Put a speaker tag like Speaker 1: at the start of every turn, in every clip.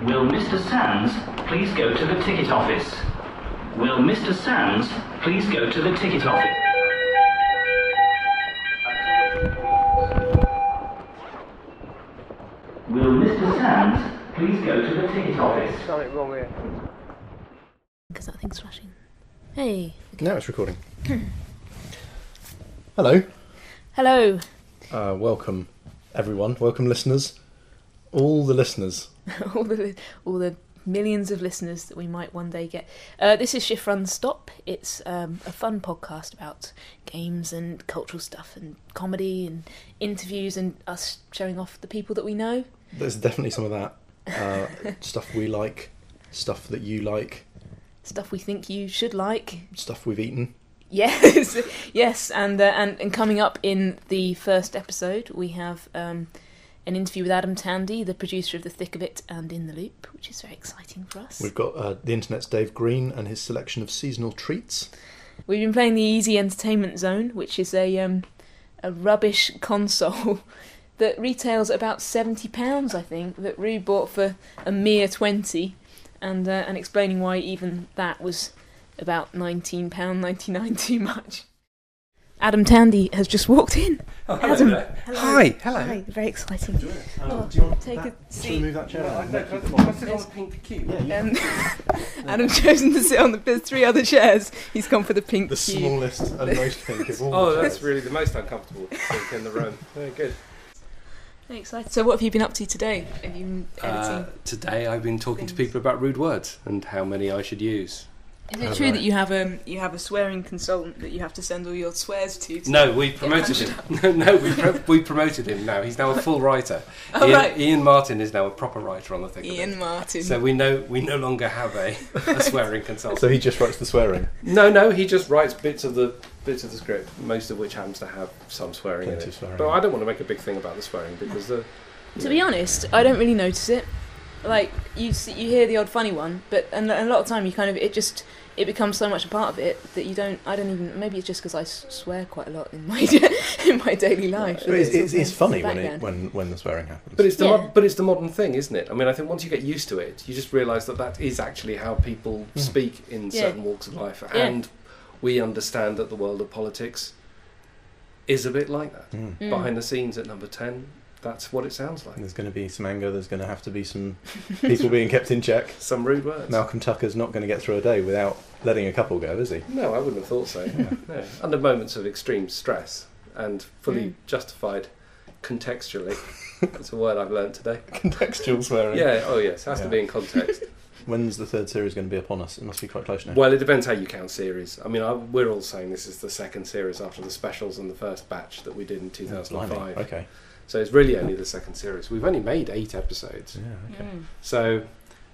Speaker 1: Will Mr. Sands please go to the ticket office? Will Mr. Sands please go to the ticket office? Will Mr. Sands please go to the ticket office?
Speaker 2: Something wrong here.
Speaker 3: Because that thing's flashing. Hey.
Speaker 4: Now it's recording. Hello.
Speaker 3: Hello.
Speaker 4: Uh, welcome, everyone. Welcome, listeners. All the listeners.
Speaker 3: all the all the millions of listeners that we might one day get. Uh, this is Shift Run Stop. It's um, a fun podcast about games and cultural stuff and comedy and interviews and us showing off the people that we know.
Speaker 4: There's definitely some of that. Uh, stuff we like, stuff that you like,
Speaker 3: Stuff we think you should like.
Speaker 4: stuff we've eaten.
Speaker 3: Yes, yes, and uh, and and coming up in the first episode, we have um, an interview with Adam Tandy, the producer of The Thick of It and In the Loop, which is very exciting for us.
Speaker 4: We've got uh, the internet's Dave Green and his selection of seasonal treats.
Speaker 3: We've been playing the Easy Entertainment Zone, which is a um, a rubbish console that retails about seventy pounds, I think, that Rue bought for a mere twenty, and uh, and explaining why even that was about nineteen pound ninety nine too much. Adam Tandy has just walked in. Adam, hello.
Speaker 5: Hi, hello.
Speaker 3: Hi, very exciting. Oh,
Speaker 4: Um, do you want
Speaker 3: take
Speaker 4: that?
Speaker 3: a
Speaker 4: Should we
Speaker 3: seat.
Speaker 4: move that chair? out?
Speaker 5: What's it on the pink cube?
Speaker 3: Um, Adam's chosen to sit on the there's three other chairs. He's gone for the pink
Speaker 4: The
Speaker 3: cube.
Speaker 4: smallest and most pink of all.
Speaker 5: Oh,
Speaker 4: the
Speaker 5: that's
Speaker 4: chairs.
Speaker 5: really the most uncomfortable sink in the room. Very good.
Speaker 3: Very exciting. So, what have you been up to today? Have you been editing?
Speaker 5: Uh, today I've been talking to people about rude words and how many I should use.
Speaker 3: Is
Speaker 4: Oh,
Speaker 3: it true
Speaker 4: right.
Speaker 3: that you have um you have a swearing consultant that you have to send all your swears to? to
Speaker 5: No, we promoted him. No, no, we pro- we promoted him now. He's now a full writer.
Speaker 3: Oh,
Speaker 5: Ian,
Speaker 3: right.
Speaker 5: Ian Martin is now a proper writer on the thing.
Speaker 3: Ian Martin.
Speaker 5: So we know we no longer have a, a swearing consultant.
Speaker 4: So he just writes the swearing.
Speaker 5: No, no, he just writes bits of the bits of the script, most of which happens to have some swearing in
Speaker 4: Plenty
Speaker 5: it.
Speaker 4: of swearing.
Speaker 5: But I don't want to make a big thing about the swearing because the
Speaker 3: to be honest, I don't really notice it. Like you see, you hear the odd funny one, but and a lot of time you kind of it just it becomes so much a part of it that you don't. I don't even. Maybe it's just because I s- swear quite a lot in my in my daily life.
Speaker 4: But it's, Oh, it's, it's funny when, it,
Speaker 3: background.
Speaker 4: when, when the swearing happens.
Speaker 5: But it's the
Speaker 3: Yeah.
Speaker 5: mod- but it's the modern thing, isn't it? I mean, I think once you get used to it, you just realise that that is actually how people
Speaker 4: Mm.
Speaker 5: speak in
Speaker 3: Yeah.
Speaker 5: certain walks of life,
Speaker 3: Yeah.
Speaker 5: and we understand that the world of politics is a bit like that.
Speaker 4: Mm.
Speaker 3: Mm.
Speaker 5: Behind the scenes at number ten, that's what it sounds like.
Speaker 4: There's going to be some anger. There's going to have to be some people being kept in check.
Speaker 5: Some rude words.
Speaker 4: Malcolm Tucker's not going to get through a day without letting a couple go, is he?
Speaker 5: No, I wouldn't have thought so. no. Under moments of extreme stress and fully
Speaker 3: Mm.
Speaker 5: justified contextually. That's a word I've learned today.
Speaker 4: Contextual swearing.
Speaker 5: Yeah, oh yes, has to
Speaker 4: Yeah.
Speaker 5: be in context.
Speaker 4: When's the third series going to be upon us? It must be quite close now.
Speaker 5: Well, it depends how you count series. I mean, I, we're all saying this is the second series after the specials and the first batch that we did in
Speaker 4: Yeah,
Speaker 5: 2005.
Speaker 4: blimey. Okay.
Speaker 5: So it's really only the second series. We've only made eight episodes.
Speaker 4: Yeah.
Speaker 3: Mm.
Speaker 4: Okay.
Speaker 5: So,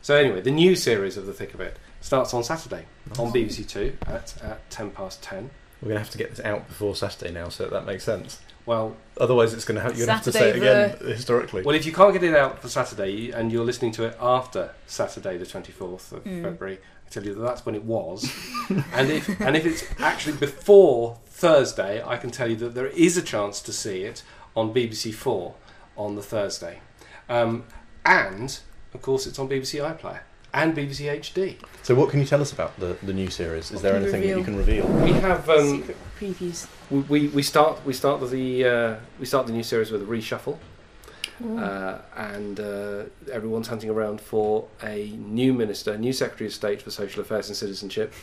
Speaker 5: so anyway, the new series of The Thick of It starts on Saturday on BBC Two at, at 10 past 10.
Speaker 4: We're going to have to get this out before Saturday now, so that makes sense.
Speaker 5: Well,
Speaker 4: Otherwise, it's going to have you're going to have to say it
Speaker 3: Saturday
Speaker 4: again historically.
Speaker 5: well, if you can't get it out for Saturday and you're listening to it after Saturday the 24th of
Speaker 3: Mm.
Speaker 5: February, I tell you that that's when it was. and if and if it's actually before Thursday, I can tell you that there is a chance to see it on BBC Four on the Thursday, um, and of course it's on BBC iPlayer and BBC HD.
Speaker 4: so, what can you tell us about the, the new series? Is there
Speaker 3: Can you
Speaker 4: anything that you
Speaker 3: reveal?
Speaker 4: can reveal?
Speaker 5: We have um,
Speaker 3: Secret previews.
Speaker 5: we- we, we start we start the uh, we start the new series with a reshuffle,
Speaker 3: Mm.
Speaker 5: uh, and uh, everyone's hunting around for a new minister, new Secretary of State for Social Affairs and Citizenship,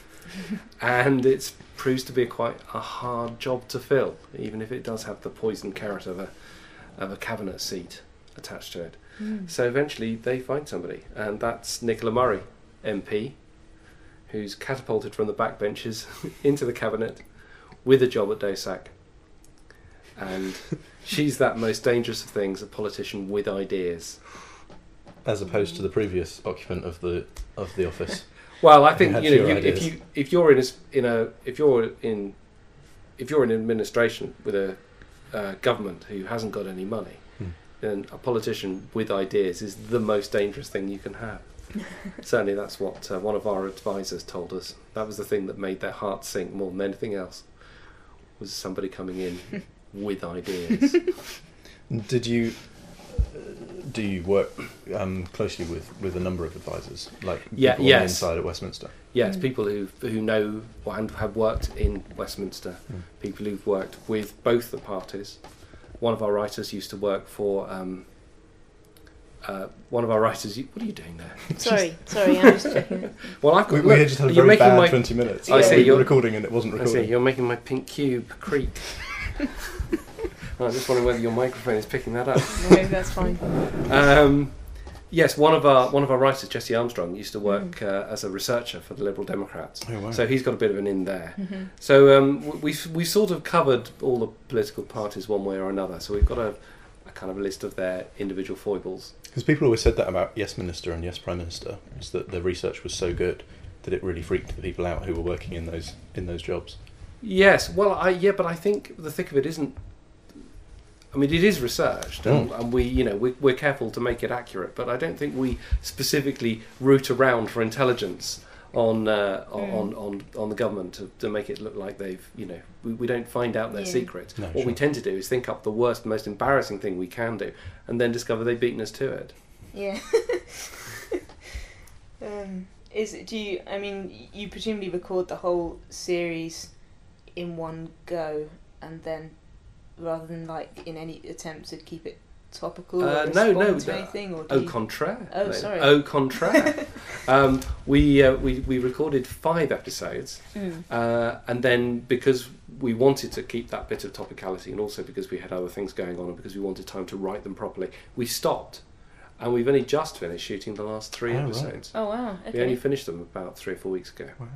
Speaker 5: and it proves to be quite a hard job to fill, even if it does have the poisoned carrot of a of a cabinet seat attached to it.
Speaker 3: Mm.
Speaker 5: So eventually they find somebody, and that's Nicola Murray, MP, who's catapulted from the backbenches into the cabinet with a job at DOSAC. And she's that most dangerous of things a politician with ideas.
Speaker 4: As opposed to the previous occupant of the of the office.
Speaker 5: Well, I
Speaker 4: Who
Speaker 5: think
Speaker 4: had
Speaker 5: you know
Speaker 4: fewer
Speaker 5: you, if
Speaker 4: ideas.
Speaker 5: you if you're in a, s- in a if you're in if you're in administration with a uh, government who hasn't got any money,
Speaker 4: Hmm.
Speaker 5: then a politician with ideas is the most dangerous thing you can have. Certainly, that's what uh, one of our advisors told us. That was the thing that made their hearts sink more than anything else. Was somebody coming in with ideas?
Speaker 4: Did you do you work um, closely with, with a number of advisors, like
Speaker 5: Yeah,
Speaker 4: people on the
Speaker 5: yes.
Speaker 4: inside at Westminster?
Speaker 5: Yeah, it's
Speaker 3: Mm.
Speaker 5: people who who know or and have worked in Westminster.
Speaker 4: Mm.
Speaker 5: People who've worked with both the parties. One of our writers used to work for. Um, uh, one of our writers. What are you doing there?
Speaker 3: Sorry, sorry, I'm just checking. it.
Speaker 5: Well, I've got.
Speaker 4: We,
Speaker 5: look,
Speaker 4: we had just had a
Speaker 5: you're
Speaker 4: very
Speaker 5: making
Speaker 4: bad
Speaker 5: my.
Speaker 4: 20 minutes.
Speaker 5: I
Speaker 4: We
Speaker 5: see,
Speaker 4: were
Speaker 5: you're-
Speaker 4: recording and it wasn't
Speaker 5: I see.
Speaker 4: recording.
Speaker 5: You're making my pink cube creak. I just wonder whether your microphone is picking that up.
Speaker 3: No, that's fine.
Speaker 5: Um, yes, one of our one of our writers, Jesse Armstrong, used to work uh, as a researcher for the Liberal Democrats.
Speaker 4: Oh, wow.
Speaker 5: So he's got a bit of an in there.
Speaker 3: Mhm.
Speaker 5: So um, w- we've we sort of covered all the political parties one way or another. So we've got a, a kind of list of their individual foibles.
Speaker 4: Because people always said that about Yes Minister and Yes Prime Minister, is that their research was so good that it really freaked the people out who were working in those in those jobs.
Speaker 5: Yes. Well, I yeah, but I think the thick of it isn't. I mean, it is researched, and,
Speaker 4: Hmm.
Speaker 5: and we, you know, we, we're careful to make it accurate. But I don't think we specifically root around for intelligence on uh, on,
Speaker 3: Mm.
Speaker 5: on on on the government to, to make it look like they've, you know, we, we don't find out their
Speaker 3: Yeah.
Speaker 5: secrets.
Speaker 4: No,
Speaker 5: what we
Speaker 4: sure.
Speaker 5: tend to do is think up the worst, most embarrassing thing we can do, and then discover they've beaten us to it.
Speaker 3: Yeah. um, is do you? I mean, you presumably record the whole series in one go, and then rather than like in any attempt to keep it topical
Speaker 5: Uh,
Speaker 3: or
Speaker 5: no, no,
Speaker 3: respond to
Speaker 5: no.
Speaker 3: anything, or do
Speaker 5: Au
Speaker 3: you-
Speaker 5: contraire.
Speaker 3: Oh,
Speaker 5: Lena.
Speaker 3: sorry.
Speaker 5: Au contraire. um, we, uh, we we recorded five episodes.
Speaker 3: Mm.
Speaker 5: Uh, and then because we wanted to keep that bit of topicality and also because we had other things going on and because we wanted time to write them properly, we stopped. And we've only just finished shooting the last three
Speaker 4: Oh, right.
Speaker 5: episodes.
Speaker 3: Oh wow. Okay.
Speaker 5: We only finished them about three or four weeks ago.
Speaker 4: Wow.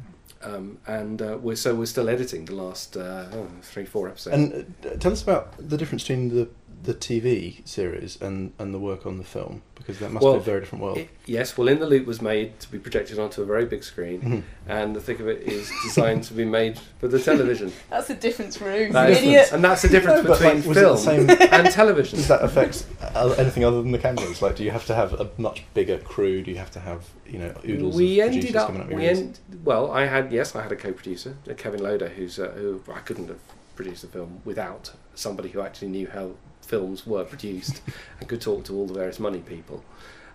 Speaker 5: Um, and uh, we're, so we're still editing the last uh, oh, three, four episodes.
Speaker 4: And uh, tell us about the difference between the the TV series and, and the work on the film, because that must
Speaker 5: Well,
Speaker 4: be a very different world.
Speaker 5: It- yes, well, In the Loop was made to be projected onto a very big screen,
Speaker 4: Mhm.
Speaker 5: and the thick of it is designed to be made for the television.
Speaker 3: That's a difference, Roo.
Speaker 5: That is-
Speaker 3: Idiot.
Speaker 5: and that's the difference
Speaker 4: No, but,
Speaker 5: between
Speaker 4: like, was it the
Speaker 5: film
Speaker 4: same-
Speaker 5: and television.
Speaker 4: Does that affect uh, anything other than the cameras? Like, do you have to have a much bigger crew? Do you have to have you know oodles
Speaker 5: we
Speaker 4: of
Speaker 5: ended
Speaker 4: producers
Speaker 5: up.
Speaker 4: coming up? with
Speaker 5: we
Speaker 4: yours?
Speaker 5: end, well, I had yes, I had a co-producer, uh, Kevin Loder, who's uh, who I couldn't have produced the film without somebody who actually knew how films were produced and could talk to all the various money people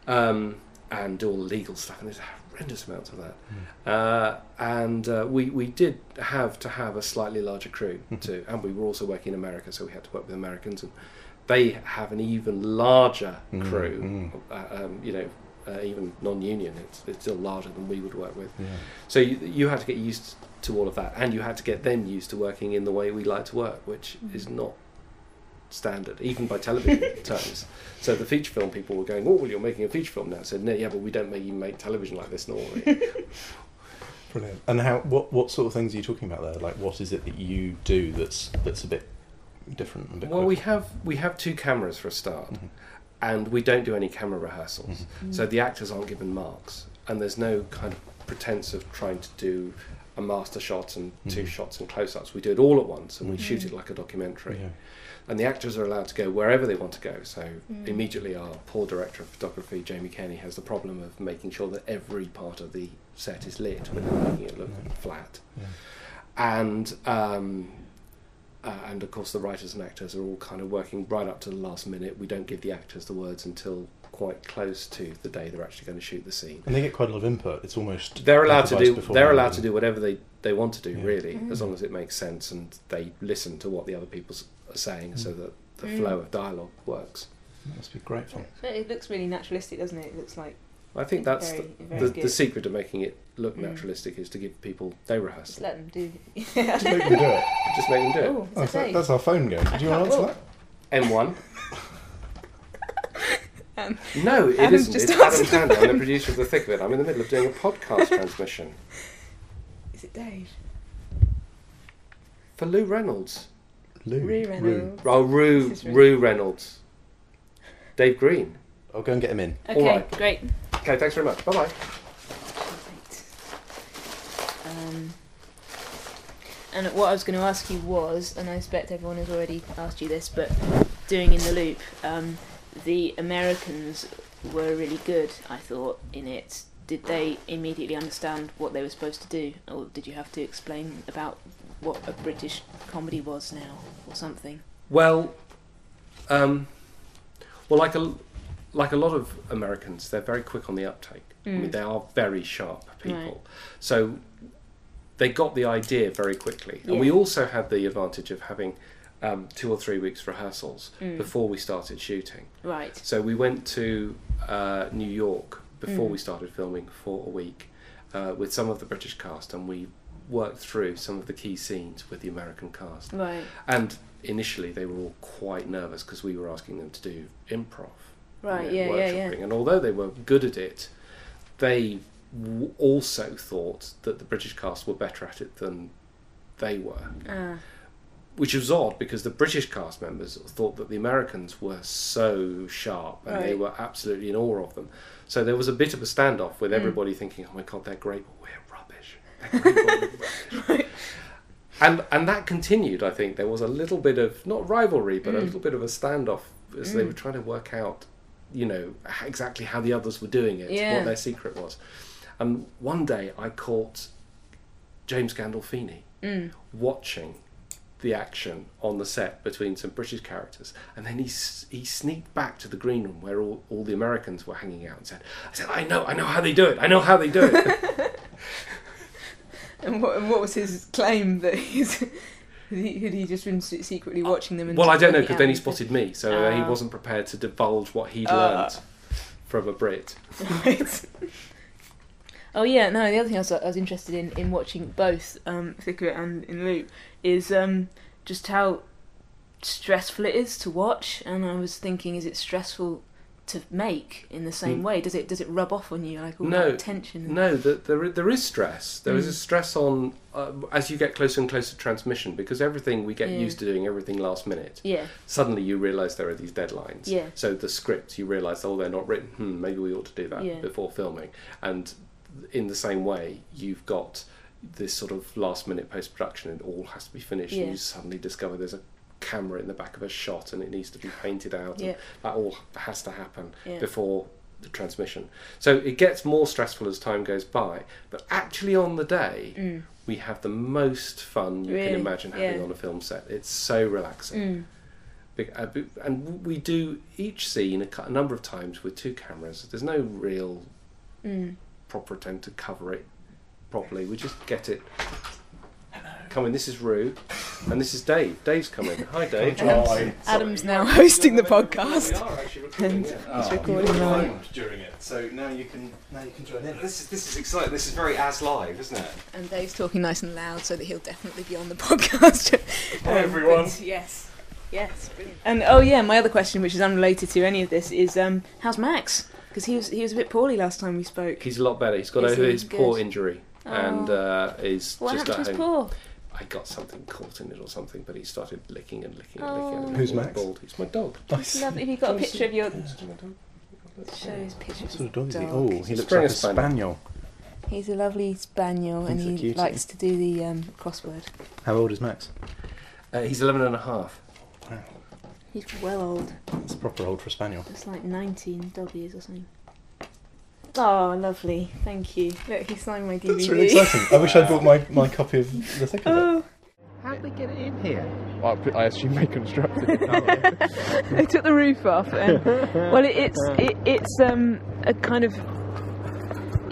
Speaker 5: um, and do all the legal stuff. And there's horrendous amounts of that. Uh, and uh, we we did have to have a slightly larger crew
Speaker 4: Mhm.
Speaker 5: too, and we were also working in America, so we had to work with Americans and. They have an even larger
Speaker 4: Mm,
Speaker 5: crew,
Speaker 4: mm.
Speaker 5: Uh, um, you know, uh, even non-union, it's, it's still larger than we would work with.
Speaker 4: Yeah.
Speaker 5: So you, you had to get used to all of that, and you had to get them used to working in the way we like to work, which is not standard, even by television terms. So the feature film people were going, "Oh, well, you're making a feature film now." I said, "No, yeah, but we don't make you make television like this normally."
Speaker 4: Brilliant. And how? What what sort of things are you talking about there? Like, what is it that you do that's that's a bit different? And a bit
Speaker 5: well, we
Speaker 4: quirky?
Speaker 5: have we have two cameras for a start,
Speaker 4: Mhm.
Speaker 5: and we don't do any camera rehearsals.
Speaker 3: Mm.
Speaker 5: So the actors aren't given marks, and there's no kind of pretense of trying to do a master shot and two
Speaker 4: Mhm.
Speaker 5: shots and close ups. We do it all at once and we
Speaker 3: Mhm.
Speaker 5: shoot it like a documentary.
Speaker 4: Yeah.
Speaker 5: And the actors are allowed to go wherever they want to go. So
Speaker 3: Mm.
Speaker 5: immediately, our poor director of photography, Jamie Kenny, has the problem of making sure that every part of the set is lit without making it look
Speaker 4: Yeah.
Speaker 5: flat
Speaker 4: Yeah.
Speaker 5: and um, uh, and of course the writers and actors are all kind of working right up to the last minute. We don't give the actors the words until quite close to the day they're actually going to shoot the scene.
Speaker 4: And they get quite a lot of input. It's almost
Speaker 5: They're allowed to do.
Speaker 4: improvised
Speaker 5: They're
Speaker 4: beforehand.
Speaker 5: allowed to do whatever they, they want to do,
Speaker 4: Yeah.
Speaker 5: really,
Speaker 3: Mm.
Speaker 5: as long as it makes sense and they listen to what the other people s- are saying, so that the
Speaker 3: Mm.
Speaker 5: flow of dialogue works.
Speaker 4: That must be great fun.
Speaker 3: No, It looks really naturalistic, doesn't it? It looks like
Speaker 5: I think that's
Speaker 3: very,
Speaker 5: the,
Speaker 3: very
Speaker 5: the,
Speaker 3: good.
Speaker 5: the secret of making it look
Speaker 3: Mm.
Speaker 5: naturalistic is to give people no
Speaker 3: Just
Speaker 5: rehearsal,
Speaker 3: let them do.
Speaker 4: Just make them do it.
Speaker 5: just make them do it.
Speaker 3: oh,
Speaker 4: Oh,
Speaker 3: it's
Speaker 4: so
Speaker 3: a
Speaker 4: that's our phone going. Do you want to answer that?
Speaker 5: M1.
Speaker 3: Um,
Speaker 5: no, it
Speaker 3: Adam's
Speaker 5: not
Speaker 3: just
Speaker 5: it's Adam
Speaker 3: answered the
Speaker 5: Tanner. I'm the
Speaker 3: phone.
Speaker 5: producer of The Thick of It. I'm in the middle of doing a podcast transmission
Speaker 3: Is it Dave?
Speaker 5: for Lou Reynolds.
Speaker 4: Lou.
Speaker 3: Roo Reynolds.
Speaker 5: Oh, Rue,
Speaker 3: This is
Speaker 5: Rue Reynolds. Dave Green.
Speaker 4: I'll go and get him in.
Speaker 3: Okay,
Speaker 5: Alright.
Speaker 3: great.
Speaker 5: Okay, thanks very much. Bye bye.
Speaker 3: Right. Um, and what I was going to ask you was, and I expect everyone has already asked you this, but doing in the loop, um, the Americans were really good. I thought in it. Did they immediately understand what they were supposed to do, or did you have to explain about what a British comedy was now, or something?
Speaker 5: Well, um, well, like a like a lot of Americans, they're very quick on the uptake. I mean,
Speaker 3: Mm.
Speaker 5: they are very sharp people.
Speaker 3: Right.
Speaker 5: So they got the idea very quickly. And
Speaker 3: Yeah.
Speaker 5: we also had the advantage of having um, two or three weeks rehearsals
Speaker 3: Mm.
Speaker 5: before we started shooting.
Speaker 3: Right.
Speaker 5: So we went to uh, New York before
Speaker 3: Mm.
Speaker 5: we started filming for a week uh, with some of the British cast, and we worked through some of the key scenes with the American cast.
Speaker 3: Right.
Speaker 5: And initially, they were all quite nervous because we were asking them to do improv,
Speaker 3: Right.
Speaker 5: you know,
Speaker 3: Yeah. Yeah. Yeah.
Speaker 5: workshopping. And although they were good at it, they w- also thought that the British cast were better at it than they were
Speaker 3: Ah.
Speaker 5: which was odd because the British cast members thought that the Americans were so sharp and they
Speaker 3: Right.
Speaker 5: were absolutely in awe of them. So there was a bit of a standoff with
Speaker 3: Mm.
Speaker 5: everybody thinking, "Oh my God, they're great, but we're rubbish." They're great, but we're rubbish. And and that continued. I think there was a little bit of not rivalry, but a
Speaker 3: Mm.
Speaker 5: little bit of a standoff as they
Speaker 3: Mm.
Speaker 5: were trying to work out, you know, h- exactly how the others were doing it,
Speaker 3: Yeah.
Speaker 5: what their secret was. And one day I caught James Gandolfini
Speaker 3: Mm.
Speaker 5: watching the action on the set between some British characters, and then he s- he sneaked back to the green room where all, all the Americans were hanging out and said, "I said I know I know how they do it. I know how they do it."
Speaker 3: And what, and what was his claim that he's had he, had he just been se- secretly watching them? And
Speaker 5: Uh, well, I don't know
Speaker 3: working
Speaker 5: because
Speaker 3: out
Speaker 5: then he
Speaker 3: these
Speaker 5: spotted me, so uh, he
Speaker 3: Ah.
Speaker 5: wasn't prepared to divulge what he'd
Speaker 3: Ah.
Speaker 5: learned from a Brit.
Speaker 3: Right. oh yeah, no. The other thing I was, I was interested in in watching both um, Thicker and in Loop is um, just how stressful it is to watch. And I was thinking, is it stressful to make in the same
Speaker 5: Mm.
Speaker 3: way? Does it does it rub off on you like all
Speaker 5: No,
Speaker 3: that tension? and-
Speaker 5: No, that there i- there is stress. There is
Speaker 3: Mm.
Speaker 5: a stress on uh, as you get closer and closer to transmission because everything we get
Speaker 3: Yeah.
Speaker 5: used to doing everything last minute.
Speaker 3: Yeah.
Speaker 5: suddenly you realise there are these deadlines.
Speaker 3: Yeah.
Speaker 5: So the scripts, you realise, oh, they're not written. Hmm, maybe we ought to do that
Speaker 3: Yeah.
Speaker 5: before filming. And in the same way, you've got this sort of last minute post production and all has to be finished.
Speaker 3: Yeah.
Speaker 5: And you suddenly discover there's a camera in the back of a shot and it needs to be painted out.
Speaker 3: Yeah.
Speaker 5: And that all has to happen
Speaker 3: Yeah.
Speaker 5: before the transmission. So it gets more stressful as time goes by. But actually, on the day,
Speaker 3: Mm.
Speaker 5: we have the most fun you can
Speaker 3: Really?
Speaker 5: imagine having
Speaker 3: Yeah.
Speaker 5: on a film set. It's so relaxing.
Speaker 3: Mm.
Speaker 5: Big- uh, b- and we do each scene a, cou- a number of times with two cameras. There's no real
Speaker 3: Mm.
Speaker 5: proper attempt to cover it properly. We just get it. Come in. This is Rue, and this is Dave. Dave's coming. Hi, Dave.
Speaker 4: Hi.
Speaker 3: Adam's, Adam's now hosting the podcast. recording,
Speaker 4: Oh,
Speaker 3: recording
Speaker 4: you were
Speaker 3: now.
Speaker 4: filmed during it, so now you can now you can join in.
Speaker 2: This is this is exciting. This is very as live, isn't it?
Speaker 3: And Dave's talking nice and loud, so that he'll definitely be on the podcast. Um,
Speaker 4: Hi, everyone.
Speaker 3: but Yes. Yes. Brilliant. And oh yeah, my other question, which is unrelated to any of this, is um, how's Max? Because he was he was a bit poorly last time we spoke.
Speaker 5: He's a lot better. He's got
Speaker 3: Is
Speaker 5: over
Speaker 3: he
Speaker 5: his
Speaker 3: good?
Speaker 5: paw injury and
Speaker 3: Oh.
Speaker 5: uh, is
Speaker 3: What
Speaker 5: just
Speaker 3: happened
Speaker 5: at
Speaker 3: to his
Speaker 5: home.
Speaker 3: paw?
Speaker 5: I got something caught in it or something, but he started licking and licking and
Speaker 3: Oh.
Speaker 5: licking. And
Speaker 4: Who's
Speaker 5: he was
Speaker 4: Max?
Speaker 5: Bald. He's my dog.
Speaker 3: It's lovely. Have you got a picture of your?
Speaker 5: He's my dog.
Speaker 3: Show his picture.
Speaker 4: What
Speaker 3: Of
Speaker 4: sort
Speaker 3: his
Speaker 4: of dog is he?
Speaker 3: dog.
Speaker 4: Oh, he looks
Speaker 5: Springer
Speaker 4: like a
Speaker 5: Spaniel.
Speaker 4: spaniel.
Speaker 3: He's a lovely spaniel, and
Speaker 4: He's a
Speaker 3: he
Speaker 4: cutie.
Speaker 3: likes to do the um, crossword.
Speaker 4: How old is Max?
Speaker 5: Uh, he's 11 and a half.
Speaker 4: Wow,
Speaker 3: He's well old.
Speaker 4: that's proper old for a spaniel.
Speaker 3: It's like 19 dog years or something. Oh, lovely. Thank you. Look, he signed my DVD.
Speaker 4: That's really exciting. I wish I'd bought my, my copy of the thick of it.
Speaker 3: Oh,
Speaker 6: How'd they get it in here?
Speaker 7: I, I assume they constructed it.
Speaker 3: they took the roof off. And, well, it, it's it, it's um a kind of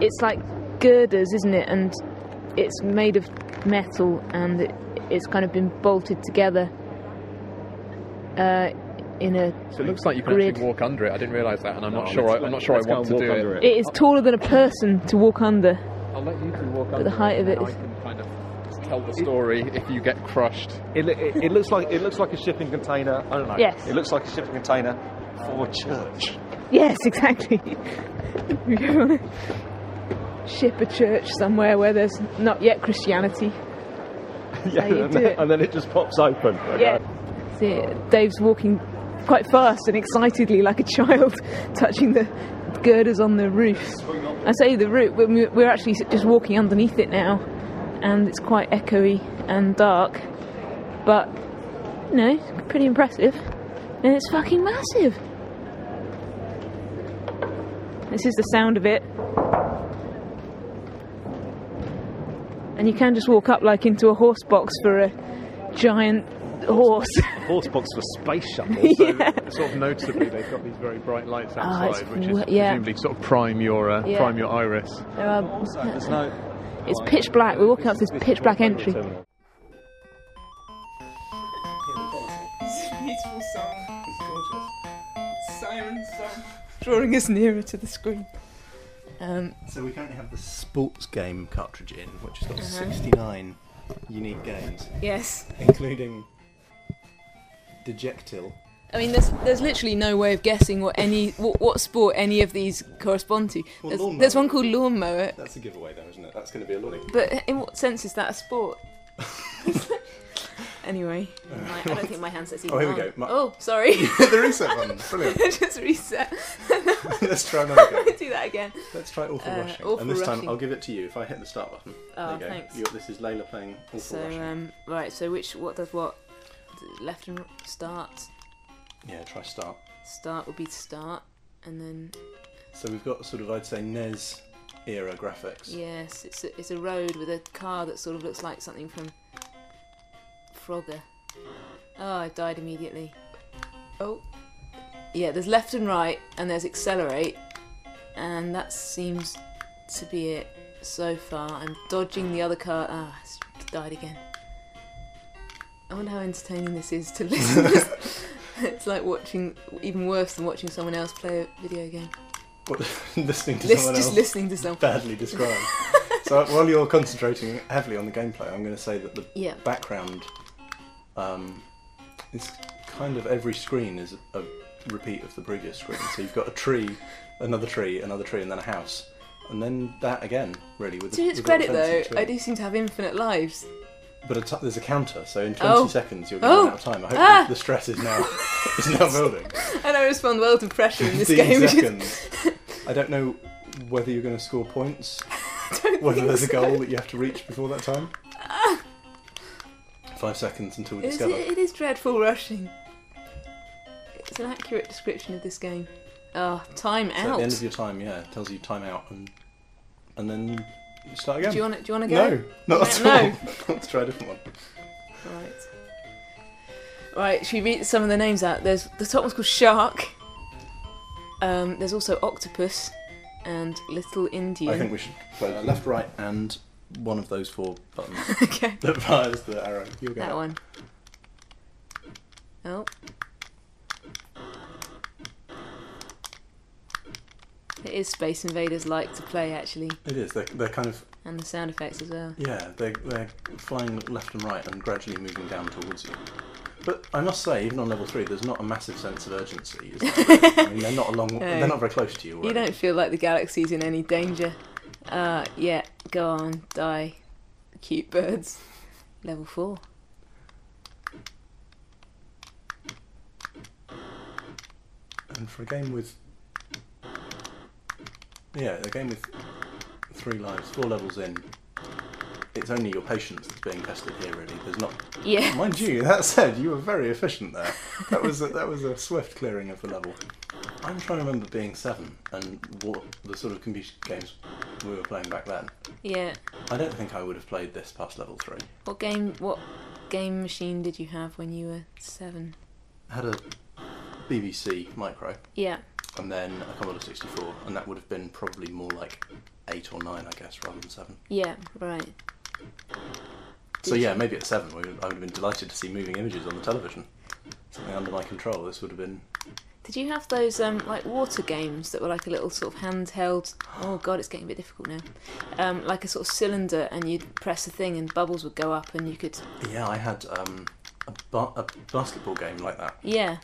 Speaker 3: it's like girders, isn't it? And it's made of metal, and it, it's kind of been bolted together. Uh, in a
Speaker 7: So it looks like you can
Speaker 3: Grid.
Speaker 7: actually walk under it. I didn't realise that, and I'm not sure. I, I'm not sure I want to do it.
Speaker 3: it is taller than a person to walk under.
Speaker 7: I'll let you two walk
Speaker 3: the
Speaker 7: under.
Speaker 3: height
Speaker 7: it,
Speaker 3: of it
Speaker 7: and
Speaker 3: is-
Speaker 7: I can kind of tell the story if you get crushed.
Speaker 2: It, loo- it, it looks like it looks like a shipping container. I don't know.
Speaker 3: Yes.
Speaker 2: It looks like a shipping container for a church.
Speaker 3: Yes, exactly. we go on a ship a church somewhere where there's not yet Christianity.
Speaker 2: yeah.
Speaker 3: you
Speaker 2: and,
Speaker 3: do
Speaker 2: then,
Speaker 3: it.
Speaker 2: and then it just pops open. Okay.
Speaker 3: Yeah. See, Dave's walking quite fast and excitedly, like a child, touching the girders on the roof. I say the roof, when we- we're actually just walking underneath it now, and it's quite echoey and dark, but you know, it's pretty impressive. And it's fucking massive. This is the sound of it. And you can just walk up like into a horse box for a giant
Speaker 8: horse.
Speaker 9: A horse box for space shuttle. So
Speaker 8: Yeah.
Speaker 9: sort of noticeably, they've got these very bright lights
Speaker 8: Ah, it's
Speaker 9: outside, which is
Speaker 8: w- yeah.
Speaker 9: presumably sort of prime your uh,
Speaker 8: Yeah.
Speaker 9: prime your iris.
Speaker 8: There are,
Speaker 10: So there's no.
Speaker 8: it's pitch black. We're walking up this pitch black entry. beautiful song. It's gorgeous. Siren's song. Drawing us nearer to the screen. Um,
Speaker 4: So we currently have the sports game cartridge in, which has got
Speaker 8: Uh-huh.
Speaker 4: 69 unique games,
Speaker 8: yes.
Speaker 4: including Dejectil.
Speaker 8: I mean, there's there's literally no way of guessing what any what, what sport any of these correspond to.
Speaker 4: Well,
Speaker 8: There's,
Speaker 4: lawnmower.
Speaker 8: there's one called lawnmower,
Speaker 4: That's a giveaway, though, isn't it? That's going to be a lolly.
Speaker 8: but in what sense is that a sport? anyway, my, I don't think my handset's even
Speaker 4: Oh, here we
Speaker 8: on.
Speaker 4: go. My-
Speaker 8: Oh, sorry.
Speaker 4: the reset button. Brilliant.
Speaker 8: Just reset.
Speaker 4: Let's try another game.
Speaker 8: Do that again.
Speaker 4: Let's try Awful
Speaker 8: Uh,
Speaker 4: Rushing.
Speaker 8: Awful
Speaker 4: and this
Speaker 8: Rushing.
Speaker 4: time I'll give it to you if I hit the start button.
Speaker 8: Oh,
Speaker 4: there you go.
Speaker 8: thanks.
Speaker 4: You- this is Layla playing Awful
Speaker 8: So
Speaker 4: Rushing.
Speaker 8: um, right. So which what does what? Left and r- start.
Speaker 4: Yeah, try start.
Speaker 8: Start would be to start, and then
Speaker 4: So we've got sort of, I'd say, NES era graphics.
Speaker 8: yes, it's a, it's a road with a car that sort of looks like something from Frogger. Oh, I died immediately. Oh, yeah. There's left and right, and there's accelerate, and that seems to be it so far. I'm dodging the other car. Ah, it's died again. I wonder how entertaining this is to listeners. it's like watching, even worse than watching someone else play a video game.
Speaker 4: What, listening to
Speaker 8: Lis-
Speaker 4: someone
Speaker 8: just
Speaker 4: else
Speaker 8: listening to someone.
Speaker 4: badly described. so while you're concentrating heavily on the gameplay, I'm going to say that the
Speaker 8: Yeah.
Speaker 4: background um, is kind of every screen is a repeat of the previous screen. So you've got a tree, another tree, another tree, and then a house, and then that again. Really, with
Speaker 8: To
Speaker 4: the,
Speaker 8: its
Speaker 4: with
Speaker 8: credit,
Speaker 4: the fence
Speaker 8: though, I
Speaker 4: and
Speaker 8: do seem to have infinite lives.
Speaker 4: tree. But a t- there's a counter, so in 20
Speaker 8: Oh.
Speaker 4: seconds you're going to
Speaker 8: Oh.
Speaker 4: run out of time. I hope
Speaker 8: Ah.
Speaker 4: the, the stress is now is now building.
Speaker 8: And I respond well to pressure in this
Speaker 4: 15
Speaker 8: game. which is-
Speaker 4: seconds. I don't know whether you're going to score points, whether there's a goal that you have to reach before that time. Five seconds until we
Speaker 8: It is,
Speaker 4: discover.
Speaker 8: it is dreadful rushing. It's an accurate description of this game. Oh, time
Speaker 4: So at
Speaker 8: out.
Speaker 4: the end of your time, yeah, it tells you time out and and then you start again.
Speaker 8: do you want to? Do you want to go?
Speaker 4: no, not at
Speaker 8: No.
Speaker 4: all. Let's try a different one.
Speaker 8: Right. Right, should we read some of the names out? There's the top one's called Shark. Um, there's also Octopus and Little Indian.
Speaker 4: I think we should play the left, right, and one of those four buttons
Speaker 8: okay,
Speaker 4: that fires the arrow. You'll go.
Speaker 8: that one. Oh. It is Space Invaders like to play actually,
Speaker 4: It is. They're, they're kind of
Speaker 8: and the sound effects as well.
Speaker 4: Yeah, they're, they're flying left and right and gradually moving down towards you. But I must say, even on level three, there's not a massive sense of urgency. Is there? I mean, they're not a long, they're not very close to you.
Speaker 8: You
Speaker 4: already.
Speaker 8: don't feel like the galaxy's in any danger. Uh, yeah, go on, die. Cute birds. Level 4.
Speaker 4: And for a game with, yeah, a game with three lives, four levels in, it's only your patience that's being tested here. Really, there's not.
Speaker 8: Yeah.
Speaker 4: Mind you, that said, you were very efficient there. That was a, that was a swift clearing of the level. I'm trying to remember being seven and what the sort of computer games we were playing back then.
Speaker 8: Yeah.
Speaker 4: I don't think I would have played this past level three.
Speaker 8: What game what game machine did you have when you were 7?
Speaker 4: I had a BBC Micro
Speaker 8: Yeah.
Speaker 4: and then a Commodore 64, and that would have been probably more like eight or nine, I guess, rather than seven.
Speaker 8: Yeah, right.
Speaker 4: So yeah, maybe at seven, we would, I would have been delighted to see moving images on the television. Something under my control. This would have been.
Speaker 8: Did you have those um like water games that were like a little sort of handheld? Oh god, it's getting a bit difficult now. Um, like a sort of cylinder, and you'd press a thing, and bubbles would go up, and you could
Speaker 4: Yeah, I had um, a, ba- a basketball game like that,
Speaker 8: yeah.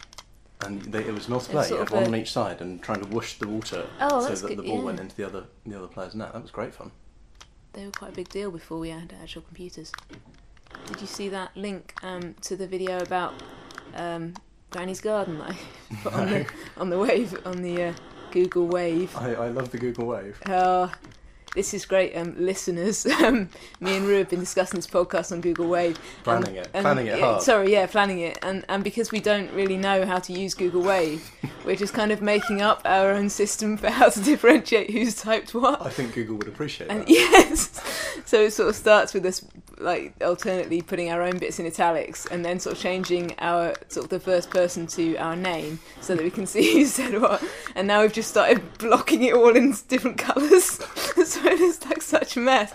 Speaker 4: and they, it was multiplayer.
Speaker 8: It's
Speaker 4: You had
Speaker 8: sort of
Speaker 4: one
Speaker 8: a-
Speaker 4: on each side, and trying to whoosh the water
Speaker 8: Oh,
Speaker 4: so
Speaker 8: that's
Speaker 4: that
Speaker 8: good,
Speaker 4: the ball
Speaker 8: yeah.
Speaker 4: went into the other the other player's net. That was great fun.
Speaker 8: They were quite a big deal before we had actual computers. Did you see that link um, to the video about um, Granny's garden that I put on the on the wave on the uh, Google Wave?
Speaker 4: I, I love the Google Wave.
Speaker 8: Oh, this is great, um, listeners. Um, me and Rue have been discussing this podcast on Google Wave.
Speaker 4: Planning
Speaker 8: and-
Speaker 4: it,
Speaker 8: and-
Speaker 4: planning it
Speaker 8: yeah,
Speaker 4: hard.
Speaker 8: Sorry, yeah, planning it. And and because we don't really know how to use Google Wave, we're just kind of making up our own system for how to differentiate who's typed what.
Speaker 4: I think Google would appreciate that.
Speaker 8: And yes,
Speaker 3: So it sort of starts with us like alternately putting our own bits in italics and then sort of changing our sort of the first person to our name so that we can see who said what. And now we've just started blocking it all in different colours, so it is like such a mess.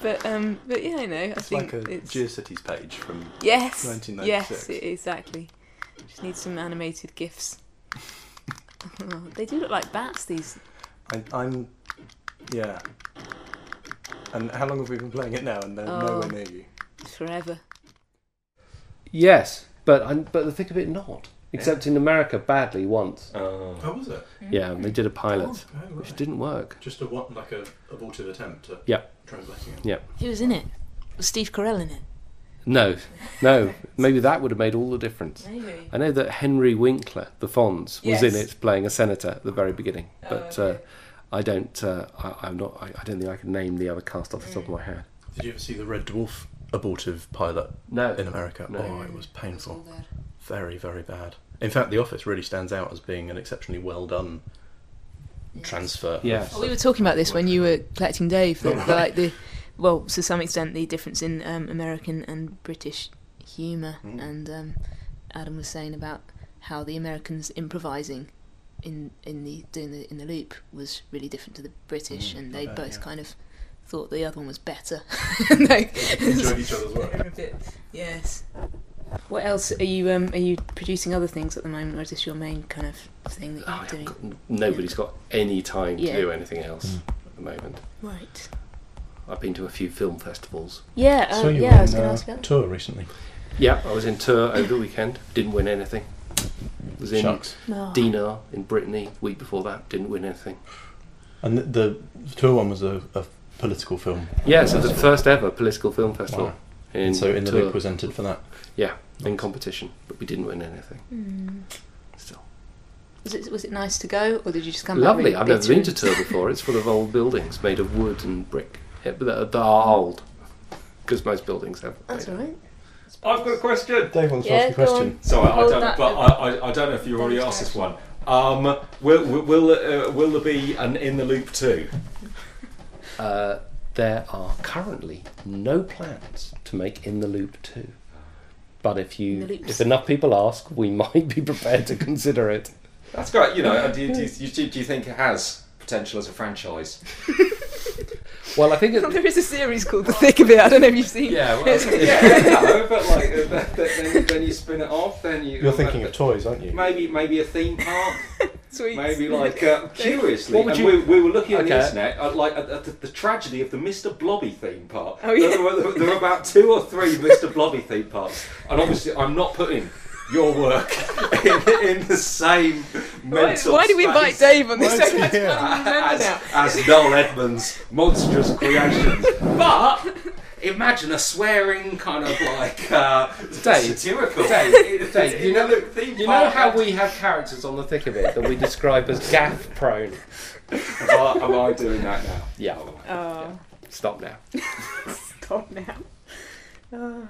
Speaker 3: But um, but yeah, I know. I
Speaker 4: It's
Speaker 3: think
Speaker 4: like a
Speaker 3: it's
Speaker 4: GeoCities page from.
Speaker 3: yes,
Speaker 4: 1996.
Speaker 3: yes, e- exactly. Just need some animated gifs. Oh, they do look like bats. These
Speaker 4: I, I'm. Yeah. And how long have we been playing it now? And they're nowhere
Speaker 3: Oh.
Speaker 4: near you.
Speaker 3: forever.
Speaker 5: Yes, but i but the thick of it not. Except in America, badly once.
Speaker 4: Oh, was it?
Speaker 5: Yeah, they did a pilot,
Speaker 4: Oh, right.
Speaker 5: which didn't work.
Speaker 4: Just a one, like a abortive attempt at
Speaker 5: Yeah.
Speaker 4: translating it.
Speaker 3: Who was in it? Was Steve Carell in it?
Speaker 5: No, no. Maybe that would have made all the difference.
Speaker 3: Maybe.
Speaker 5: I know that Henry Winkler, the Fonz, was in
Speaker 3: Yes. Oh,
Speaker 5: it playing a senator at the very beginning, but
Speaker 3: okay.
Speaker 5: uh, I don't. Uh, I, I'm not. I, I don't think I can name the other cast off the top of my head.
Speaker 4: Did you ever see the Red Dwarf abortive pilot
Speaker 5: No.
Speaker 4: in America?
Speaker 5: No.
Speaker 4: Oh, it was painful. Very, very bad. In fact, The Office really stands out as being an exceptionally well done transfer.
Speaker 5: Yes.
Speaker 3: Well, we were talking about this when you were collecting Dave, the, the, like the, well, to some extent, the difference in um, American and British humour, and um, Adam was saying about how the Americans improvising in in the doing the in the loop was really different to the British, and they both kind of thought the other one was better. They-
Speaker 4: Enjoyed each other's work.
Speaker 3: They're a bit- yes. What else are you um, are you producing other things at the moment, or is this your main kind of thing that
Speaker 5: I
Speaker 3: you're
Speaker 5: haven't
Speaker 3: doing?
Speaker 5: got- n- nobody's got any time to
Speaker 3: Oh, Yeah.
Speaker 5: do anything else at the moment.
Speaker 3: Right.
Speaker 5: I've been to a few film festivals.
Speaker 3: Yeah.
Speaker 4: uh,
Speaker 3: Um, yeah. I was going to ask about. that.
Speaker 4: tour recently.
Speaker 5: Yeah, I was in Tours over the weekend. Didn't win anything. Was in
Speaker 4: Shucks.
Speaker 3: No.
Speaker 5: Dinar in Brittany week before that. Didn't win anything.
Speaker 4: And the, the, tour one was a, a political film.
Speaker 5: Yeah, so the first ever political film festival.
Speaker 4: Wow.
Speaker 5: In
Speaker 4: so In the
Speaker 5: Tours.
Speaker 4: Loop was entered for that.
Speaker 5: Yeah, in competition, but we didn't win anything.
Speaker 3: Hmm.
Speaker 5: Still
Speaker 3: Was it was it nice to go, or did you just come back?
Speaker 5: lovely.
Speaker 3: really
Speaker 5: I've never
Speaker 3: bitter
Speaker 5: been to
Speaker 3: and-
Speaker 5: Tours before. It's full of old buildings made of wood and brick. Yeah, but they're, they are old because most buildings have.
Speaker 3: That's all right.
Speaker 11: I've got a question.
Speaker 4: Dave wants
Speaker 3: Yeah, go on.
Speaker 11: Sorry, I
Speaker 3: Hold
Speaker 11: don't,
Speaker 3: that
Speaker 11: but
Speaker 3: up.
Speaker 11: I, I, I don't know if you already asked this one.
Speaker 3: Demonstration.
Speaker 11: Um, will will will, uh, will there be an in the loop too?
Speaker 5: Uh, there are currently no plans to make In the Loop 2. But if
Speaker 3: In the
Speaker 5: you,
Speaker 3: Loops.
Speaker 5: if enough people ask, we might be prepared to consider it.
Speaker 11: That's great. You know, do you, do you, do you- do you think it has potential as a franchise?
Speaker 5: Well, I think it,
Speaker 3: There is a series called The Thick of It. I don't know if you've seen.
Speaker 11: Yeah, well, yeah, no, but like uh, th- th- then, then you spin it off. Then you
Speaker 4: You're thinking of toys, aren't you?
Speaker 11: maybe maybe a theme park.
Speaker 3: Sweets.
Speaker 11: Maybe like uh, curiously,
Speaker 5: What would
Speaker 11: and
Speaker 5: you-
Speaker 11: we, we were looking on the
Speaker 5: Okay.
Speaker 11: internet at like at, at the, the tragedy of the Mr. Blobby theme park.
Speaker 3: Oh, yeah.
Speaker 11: there, were, there were about two or three Mr. Blobby theme parks, and obviously I'm not putting your work in, in the same
Speaker 3: Why,
Speaker 11: mental.
Speaker 3: why did we invite
Speaker 11: space
Speaker 3: Dave on this? I can't remember
Speaker 11: As,
Speaker 3: now.
Speaker 11: as Noel Edmonds' monstrous creations, but. Imagine a swearing kind of like uh,
Speaker 5: Dave,
Speaker 11: satirical.
Speaker 5: Dave, Dave, you know-
Speaker 11: the theme
Speaker 5: you know
Speaker 11: park.
Speaker 5: how we have characters on the thick of it that we describe as gaff prone.
Speaker 11: Am I, am I doing that now?
Speaker 5: Yeah,
Speaker 3: Oh,
Speaker 5: stop now.
Speaker 3: stop now. Oh.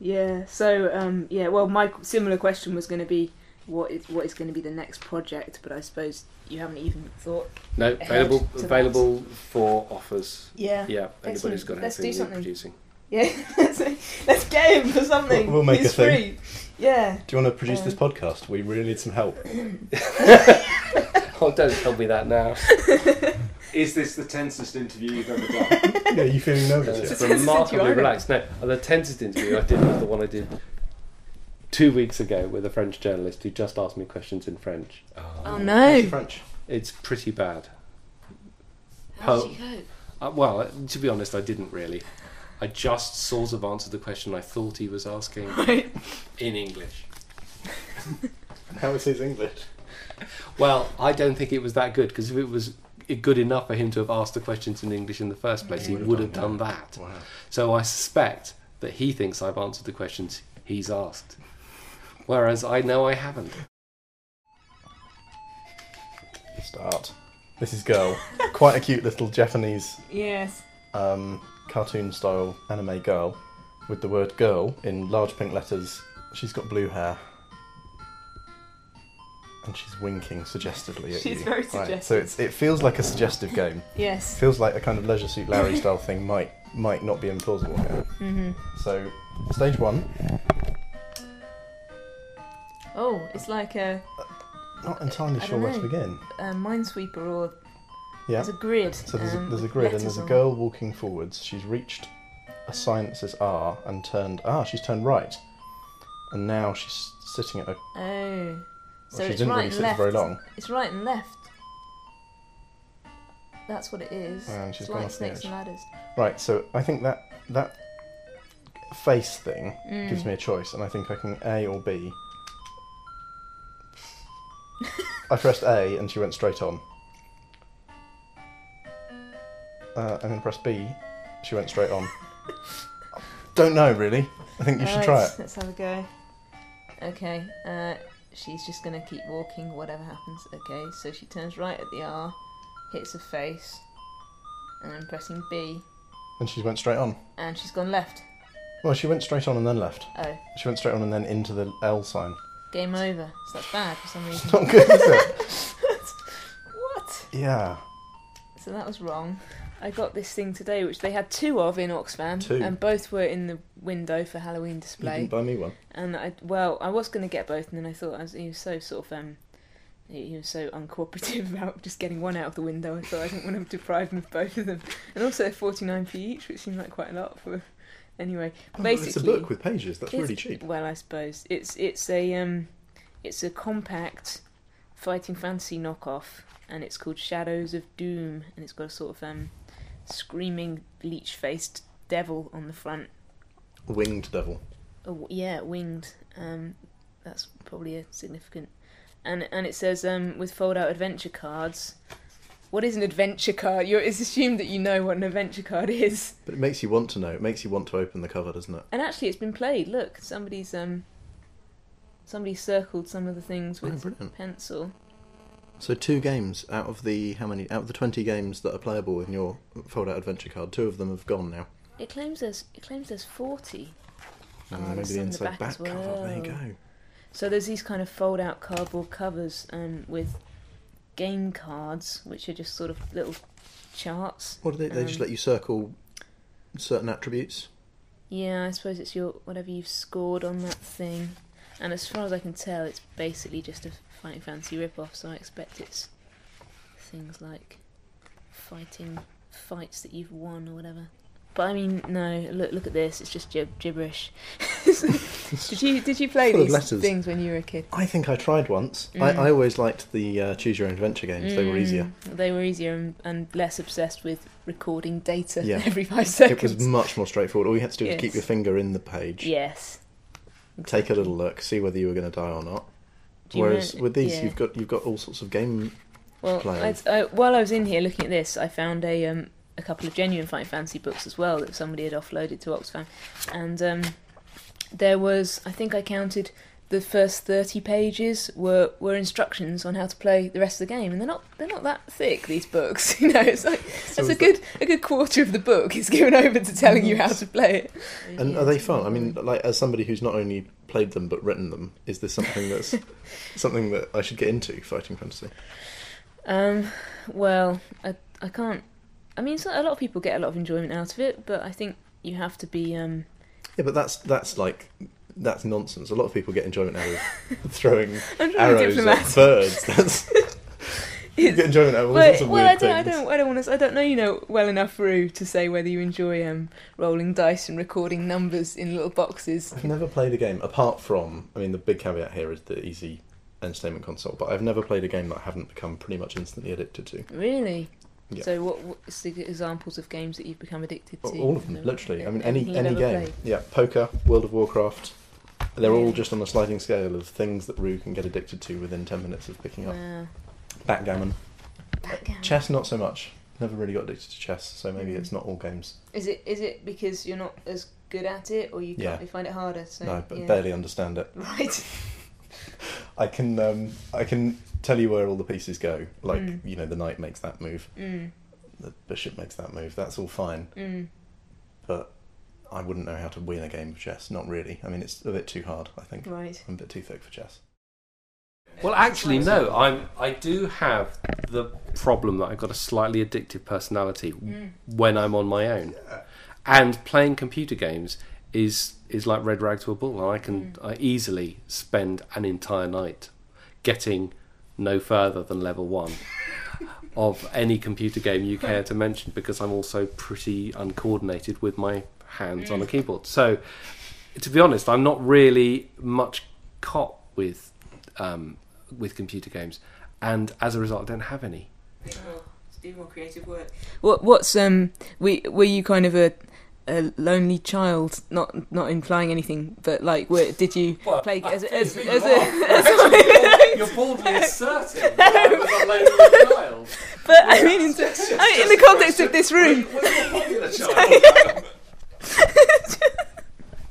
Speaker 3: yeah. So um, yeah. Well, my similar question was going to be what is what is going to be the next project, but I suppose you haven't even thought.
Speaker 5: No,
Speaker 3: Ahead
Speaker 5: available
Speaker 3: to that.
Speaker 5: available for offers.
Speaker 3: Yeah.
Speaker 5: Yeah, anybody's
Speaker 3: Excellent.
Speaker 5: got
Speaker 3: Let's do
Speaker 5: anything
Speaker 3: something.
Speaker 5: we're producing.
Speaker 3: Yeah. let's, let's get him for something.
Speaker 4: We'll- we'll make a
Speaker 3: He's
Speaker 4: thing.
Speaker 3: free. Yeah.
Speaker 4: Do you want to produce
Speaker 3: Um,
Speaker 4: this podcast? We really need some help.
Speaker 5: Oh, don't tell me that now.
Speaker 11: Is this the tensest interview you've ever done?
Speaker 4: yeah, you feeling nervous?
Speaker 5: It's
Speaker 4: yet?
Speaker 5: remarkably
Speaker 3: interview,
Speaker 5: relaxed. No, the tensest interview I did was the one I did two weeks ago with a French journalist who just asked me questions in French.
Speaker 3: Oh no.
Speaker 4: French.
Speaker 5: It's pretty bad.
Speaker 3: How
Speaker 5: Oh.
Speaker 3: did you go?
Speaker 5: Uh, well, to be honest, I didn't really. I just sort of answered the question I thought he was asking
Speaker 3: Right.
Speaker 5: in English.
Speaker 4: How is his English?
Speaker 5: Well, I don't think it was that good because if it was i- good enough for him to have asked the questions in English in the first place, he would have done that.
Speaker 4: Wow.
Speaker 5: So I suspect that he thinks I've answered the questions he's asked, whereas I know I haven't.
Speaker 4: Start. This is Girl. Quite a cute little Japanese
Speaker 3: Yes.
Speaker 4: um, cartoon style anime girl with the word girl in large pink letters. She's got blue hair. And she's winking suggestively at you.
Speaker 8: She's very
Speaker 4: So
Speaker 8: suggestive.
Speaker 4: it's, it feels like a suggestive game.
Speaker 8: Yes.
Speaker 4: feels like a kind of Leisure Suit Larry style thing might might not be implausible here.
Speaker 8: Mm-hmm.
Speaker 4: So, stage one,
Speaker 8: Oh, it's like a,
Speaker 4: not entirely
Speaker 8: I
Speaker 4: sure
Speaker 8: don't
Speaker 4: where to
Speaker 8: know.
Speaker 4: begin.
Speaker 8: a
Speaker 3: Uh,
Speaker 8: minesweeper or
Speaker 4: Yeah.
Speaker 8: there's a grid.
Speaker 4: So there's,
Speaker 8: um,
Speaker 4: a, there's a
Speaker 8: with
Speaker 4: grid and
Speaker 8: letters
Speaker 4: there's a
Speaker 8: on.
Speaker 4: girl walking forwards. She's reached a sign that says R and turned ah she's turned right, and now she's sitting at a.
Speaker 8: Oh, so
Speaker 4: she
Speaker 8: it's
Speaker 4: didn't
Speaker 8: right
Speaker 4: really
Speaker 8: and
Speaker 4: sit
Speaker 8: left.
Speaker 4: for very long.
Speaker 8: It's right and left. That's what it is.
Speaker 4: And she's
Speaker 8: it's
Speaker 4: gone
Speaker 8: like
Speaker 4: off the
Speaker 8: snakes
Speaker 4: edge.
Speaker 8: and ladders.
Speaker 4: Right. So I think that that face thing
Speaker 8: Mm.
Speaker 4: gives me a choice, and I think I can A or B. I pressed A, and she went straight on. Uh, and then press B, she went straight on. Don't know really. I think you should
Speaker 8: Alright,
Speaker 4: try it.
Speaker 8: Let's have a go. Okay, uh, she's just gonna keep walking, whatever happens. Okay, so she turns right at the R, hits her face, and then pressing B,
Speaker 4: And she went straight on.
Speaker 8: and she's gone left.
Speaker 4: Well, she went straight on and then left.
Speaker 8: Oh,
Speaker 4: She went straight on and then into the L sign.
Speaker 8: game over. So that's bad for some
Speaker 4: It's
Speaker 8: reason.
Speaker 4: not good, is it?
Speaker 8: what?
Speaker 4: Yeah.
Speaker 8: So that was wrong. I got this thing today, which they had two of in Oxfam,
Speaker 4: Two.
Speaker 8: and both were in the window for Halloween
Speaker 4: You
Speaker 8: display.
Speaker 4: didn't buy me one.
Speaker 8: And I well, I was going to get both, and then I thought I was, he was so sort of um, he he was so uncooperative about just getting one out of the window. I thought I didn't want to deprive him of both of them, and also forty nine p each, which seemed like quite a lot for. Anyway, Oh, basically,
Speaker 4: Oh, it's a book with pages. That's
Speaker 8: it's-
Speaker 4: really cheap.
Speaker 8: Well, I suppose it's it's a um, it's a compact fighting fantasy knockoff, and it's called Shadows of Doom, and it's got a sort of um, screaming leech faced devil on the front.
Speaker 4: Winged Devil.
Speaker 8: Oh, yeah, winged. Um, that's probably a significant. And and it says um, with fold out adventure cards. What is an adventure card? You're, it's assumed that you know what an adventure card is.
Speaker 4: But it makes you want to know. It makes you want to open the cover, doesn't it?
Speaker 8: And actually, it's been played. Look, somebody's um, somebody circled some of the things
Speaker 4: Oh,
Speaker 8: with
Speaker 4: brilliant.
Speaker 8: pencil.
Speaker 4: So two games out of the how many out of the twenty games that are playable in your fold-out adventure card, two of them have gone now.
Speaker 8: It claims there's it claims there's forty.
Speaker 4: And
Speaker 8: Oh,
Speaker 4: Ah, maybe
Speaker 8: there's
Speaker 4: the
Speaker 8: some in the
Speaker 4: inside
Speaker 8: back as
Speaker 4: cover. There you
Speaker 8: well.
Speaker 4: go.
Speaker 8: So there's these kind of fold out cardboard covers um, with game cards, which are just sort of little charts.
Speaker 4: What do they? They just
Speaker 8: Um,
Speaker 4: let you circle certain attributes.
Speaker 8: Yeah, I suppose it's your whatever you've scored on that thing. And as far as I can tell, it's basically just a Fighting Fantasy rip-off, so I expect it's things like fighting fights that you've won or whatever. But I mean, no, look look at this, it's just gib- gibberish. did you did you play
Speaker 4: Full of
Speaker 8: these
Speaker 4: letters.
Speaker 8: things when you were a kid?
Speaker 4: I think I tried once.
Speaker 8: Mm.
Speaker 4: I, I always liked the uh, choose your own adventure games. They were easier.
Speaker 8: Mm, They were easier and, and less obsessed with recording data
Speaker 4: Yeah.
Speaker 8: every five
Speaker 4: It
Speaker 8: seconds.
Speaker 4: was much more straightforward. All you had to do was keep
Speaker 8: Yes.
Speaker 4: your finger in the page,
Speaker 8: yes.
Speaker 4: take a little look, see whether you were going to die or not.
Speaker 8: Do you
Speaker 4: Whereas
Speaker 8: remem-
Speaker 4: with these,
Speaker 8: yeah.
Speaker 4: you've got you've got all sorts of game.
Speaker 8: Well,
Speaker 4: play.
Speaker 8: I'd- I, while I was in here looking at this, I found a um, a couple of genuine Fighting Fantasy books as well that somebody had offloaded to Oxfam, and um, there was I think I counted the first thirty pages were were instructions on how to play the rest of the game, and they're not they're not that thick these books, you know. It's like that's a
Speaker 4: is
Speaker 8: good a good quarter of the book is given over to telling you how to play it.
Speaker 4: And are they fun? I mean, like as somebody who's not only played them but written them, is this something that's something that I should get into? Fighting fantasy.
Speaker 8: Um, well, I, I can't. I mean, so a lot of people get a lot of enjoyment out of it, but I think you have to be. Um,
Speaker 4: Yeah, but that's that's like that's nonsense. A lot of people get enjoyment out of throwing
Speaker 8: I'm trying to be
Speaker 4: arrows at
Speaker 8: diplomatic.
Speaker 4: birds. That's you get enjoyment out of all sorts
Speaker 8: Well,
Speaker 4: of
Speaker 8: well I
Speaker 4: weird
Speaker 8: don't, I
Speaker 4: things.
Speaker 8: don't, I don't want to. I don't know you know well enough, Rue, to say whether you enjoy um, rolling dice and recording numbers in little boxes.
Speaker 4: I've never played a game apart from. I mean, the big caveat here is the easy entertainment console, but I've never played a game that I haven't become pretty much instantly addicted to.
Speaker 8: Really?
Speaker 4: Yeah.
Speaker 8: So, what, what's the examples of games that you've become addicted to?
Speaker 4: All of them, literally. I mean, any
Speaker 8: Anything
Speaker 4: any
Speaker 8: you've
Speaker 4: game.
Speaker 8: ever played?
Speaker 4: Yeah, poker, World of Warcraft. They're all
Speaker 8: Really?
Speaker 4: just on a sliding scale of things that Rue can get addicted to within ten minutes of picking up.
Speaker 8: Wow.
Speaker 4: Backgammon,
Speaker 8: Backgammon.
Speaker 4: chess, not so much. Never really got addicted to chess, so maybe it's not all games.
Speaker 8: Is it is it because you're not as good at it, or you,
Speaker 4: Yeah.
Speaker 8: can't, you find it harder? So,
Speaker 4: no, but
Speaker 8: Uh, yeah.
Speaker 4: barely understand it.
Speaker 8: Right.
Speaker 4: I can um, I can tell you where all the pieces go. Like
Speaker 3: Hmm.
Speaker 8: Mm.
Speaker 4: you know, the knight makes that move,
Speaker 8: Mm,
Speaker 4: the bishop makes that move. That's all fine,
Speaker 8: mm.
Speaker 4: but I wouldn't know how to win a game of chess. Not really. I mean, it's a bit too hard. I think
Speaker 8: Right.
Speaker 4: I'm a bit too thick for chess.
Speaker 5: Well, actually, no. I'm. I do have the problem that I've got a slightly addictive personality
Speaker 4: Mm.
Speaker 8: Mm.
Speaker 5: when I'm on my own, and playing computer games is is like red rag to a bull, and I can I easily spend an entire night getting no further than level one of any computer game you care to mention because I'm also pretty uncoordinated with my hands on a keyboard. So, to be honest, I'm not really much caught with um, with computer games, and as a result, I don't have any.
Speaker 3: do more creative work. What what's um we were you kind of a a lonely child, not not implying anything, but like, were, did you
Speaker 11: Well,
Speaker 3: play
Speaker 11: I
Speaker 3: as
Speaker 11: think
Speaker 3: as, as,
Speaker 11: you
Speaker 3: a?
Speaker 11: are. Actually, You're boldly asserting that I was a lonely child.
Speaker 3: But I mean, in, I mean, in the context of this room,
Speaker 11: Were you a popular child?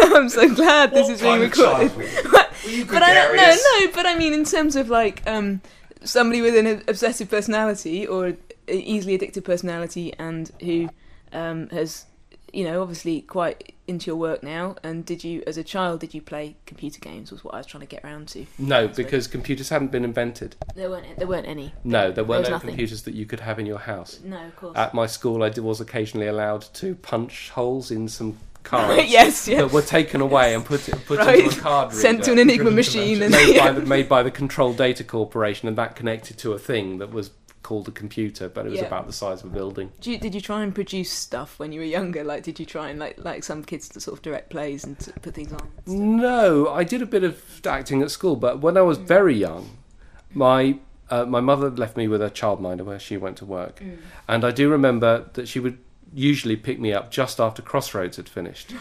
Speaker 3: I'm so glad this
Speaker 11: What
Speaker 3: is being
Speaker 11: kind of
Speaker 3: recorded.
Speaker 11: child were you? Were you
Speaker 3: but I don't no
Speaker 11: gregarious?
Speaker 3: no. But I mean, in terms of like um, somebody with an obsessive personality or a easily addicted personality, and who um, has you know obviously quite into your work now. And did you, as a child, did you play computer games? Was what I was trying to get round to.
Speaker 5: No, because computers hadn't been invented.
Speaker 3: There weren't there weren't any.
Speaker 5: No, there were
Speaker 3: was
Speaker 5: no
Speaker 3: nothing.
Speaker 5: computers that you could have in your house.
Speaker 3: No, of
Speaker 11: Uh,
Speaker 3: course.
Speaker 5: At my school, I d- was occasionally allowed to punch holes in some cards
Speaker 3: yes, yeah.
Speaker 5: that were taken away and put put
Speaker 3: Right.
Speaker 5: into a card reader.
Speaker 3: Sent to an Enigma machine and
Speaker 5: made by, the, made by the Control Data Corporation, and that connected to a thing that was called a computer, but it was
Speaker 3: Yeah.
Speaker 5: about the size of a building.
Speaker 3: Did you, did you try and produce stuff when you were younger? Like, did you try and like like some kids to sort of direct plays and to put things on?
Speaker 5: No, I did a bit of acting at school, but when I was very young, my uh, my mother left me with a childminder where she went to work, and I do remember that she would usually pick me up just after Crossroads had finished,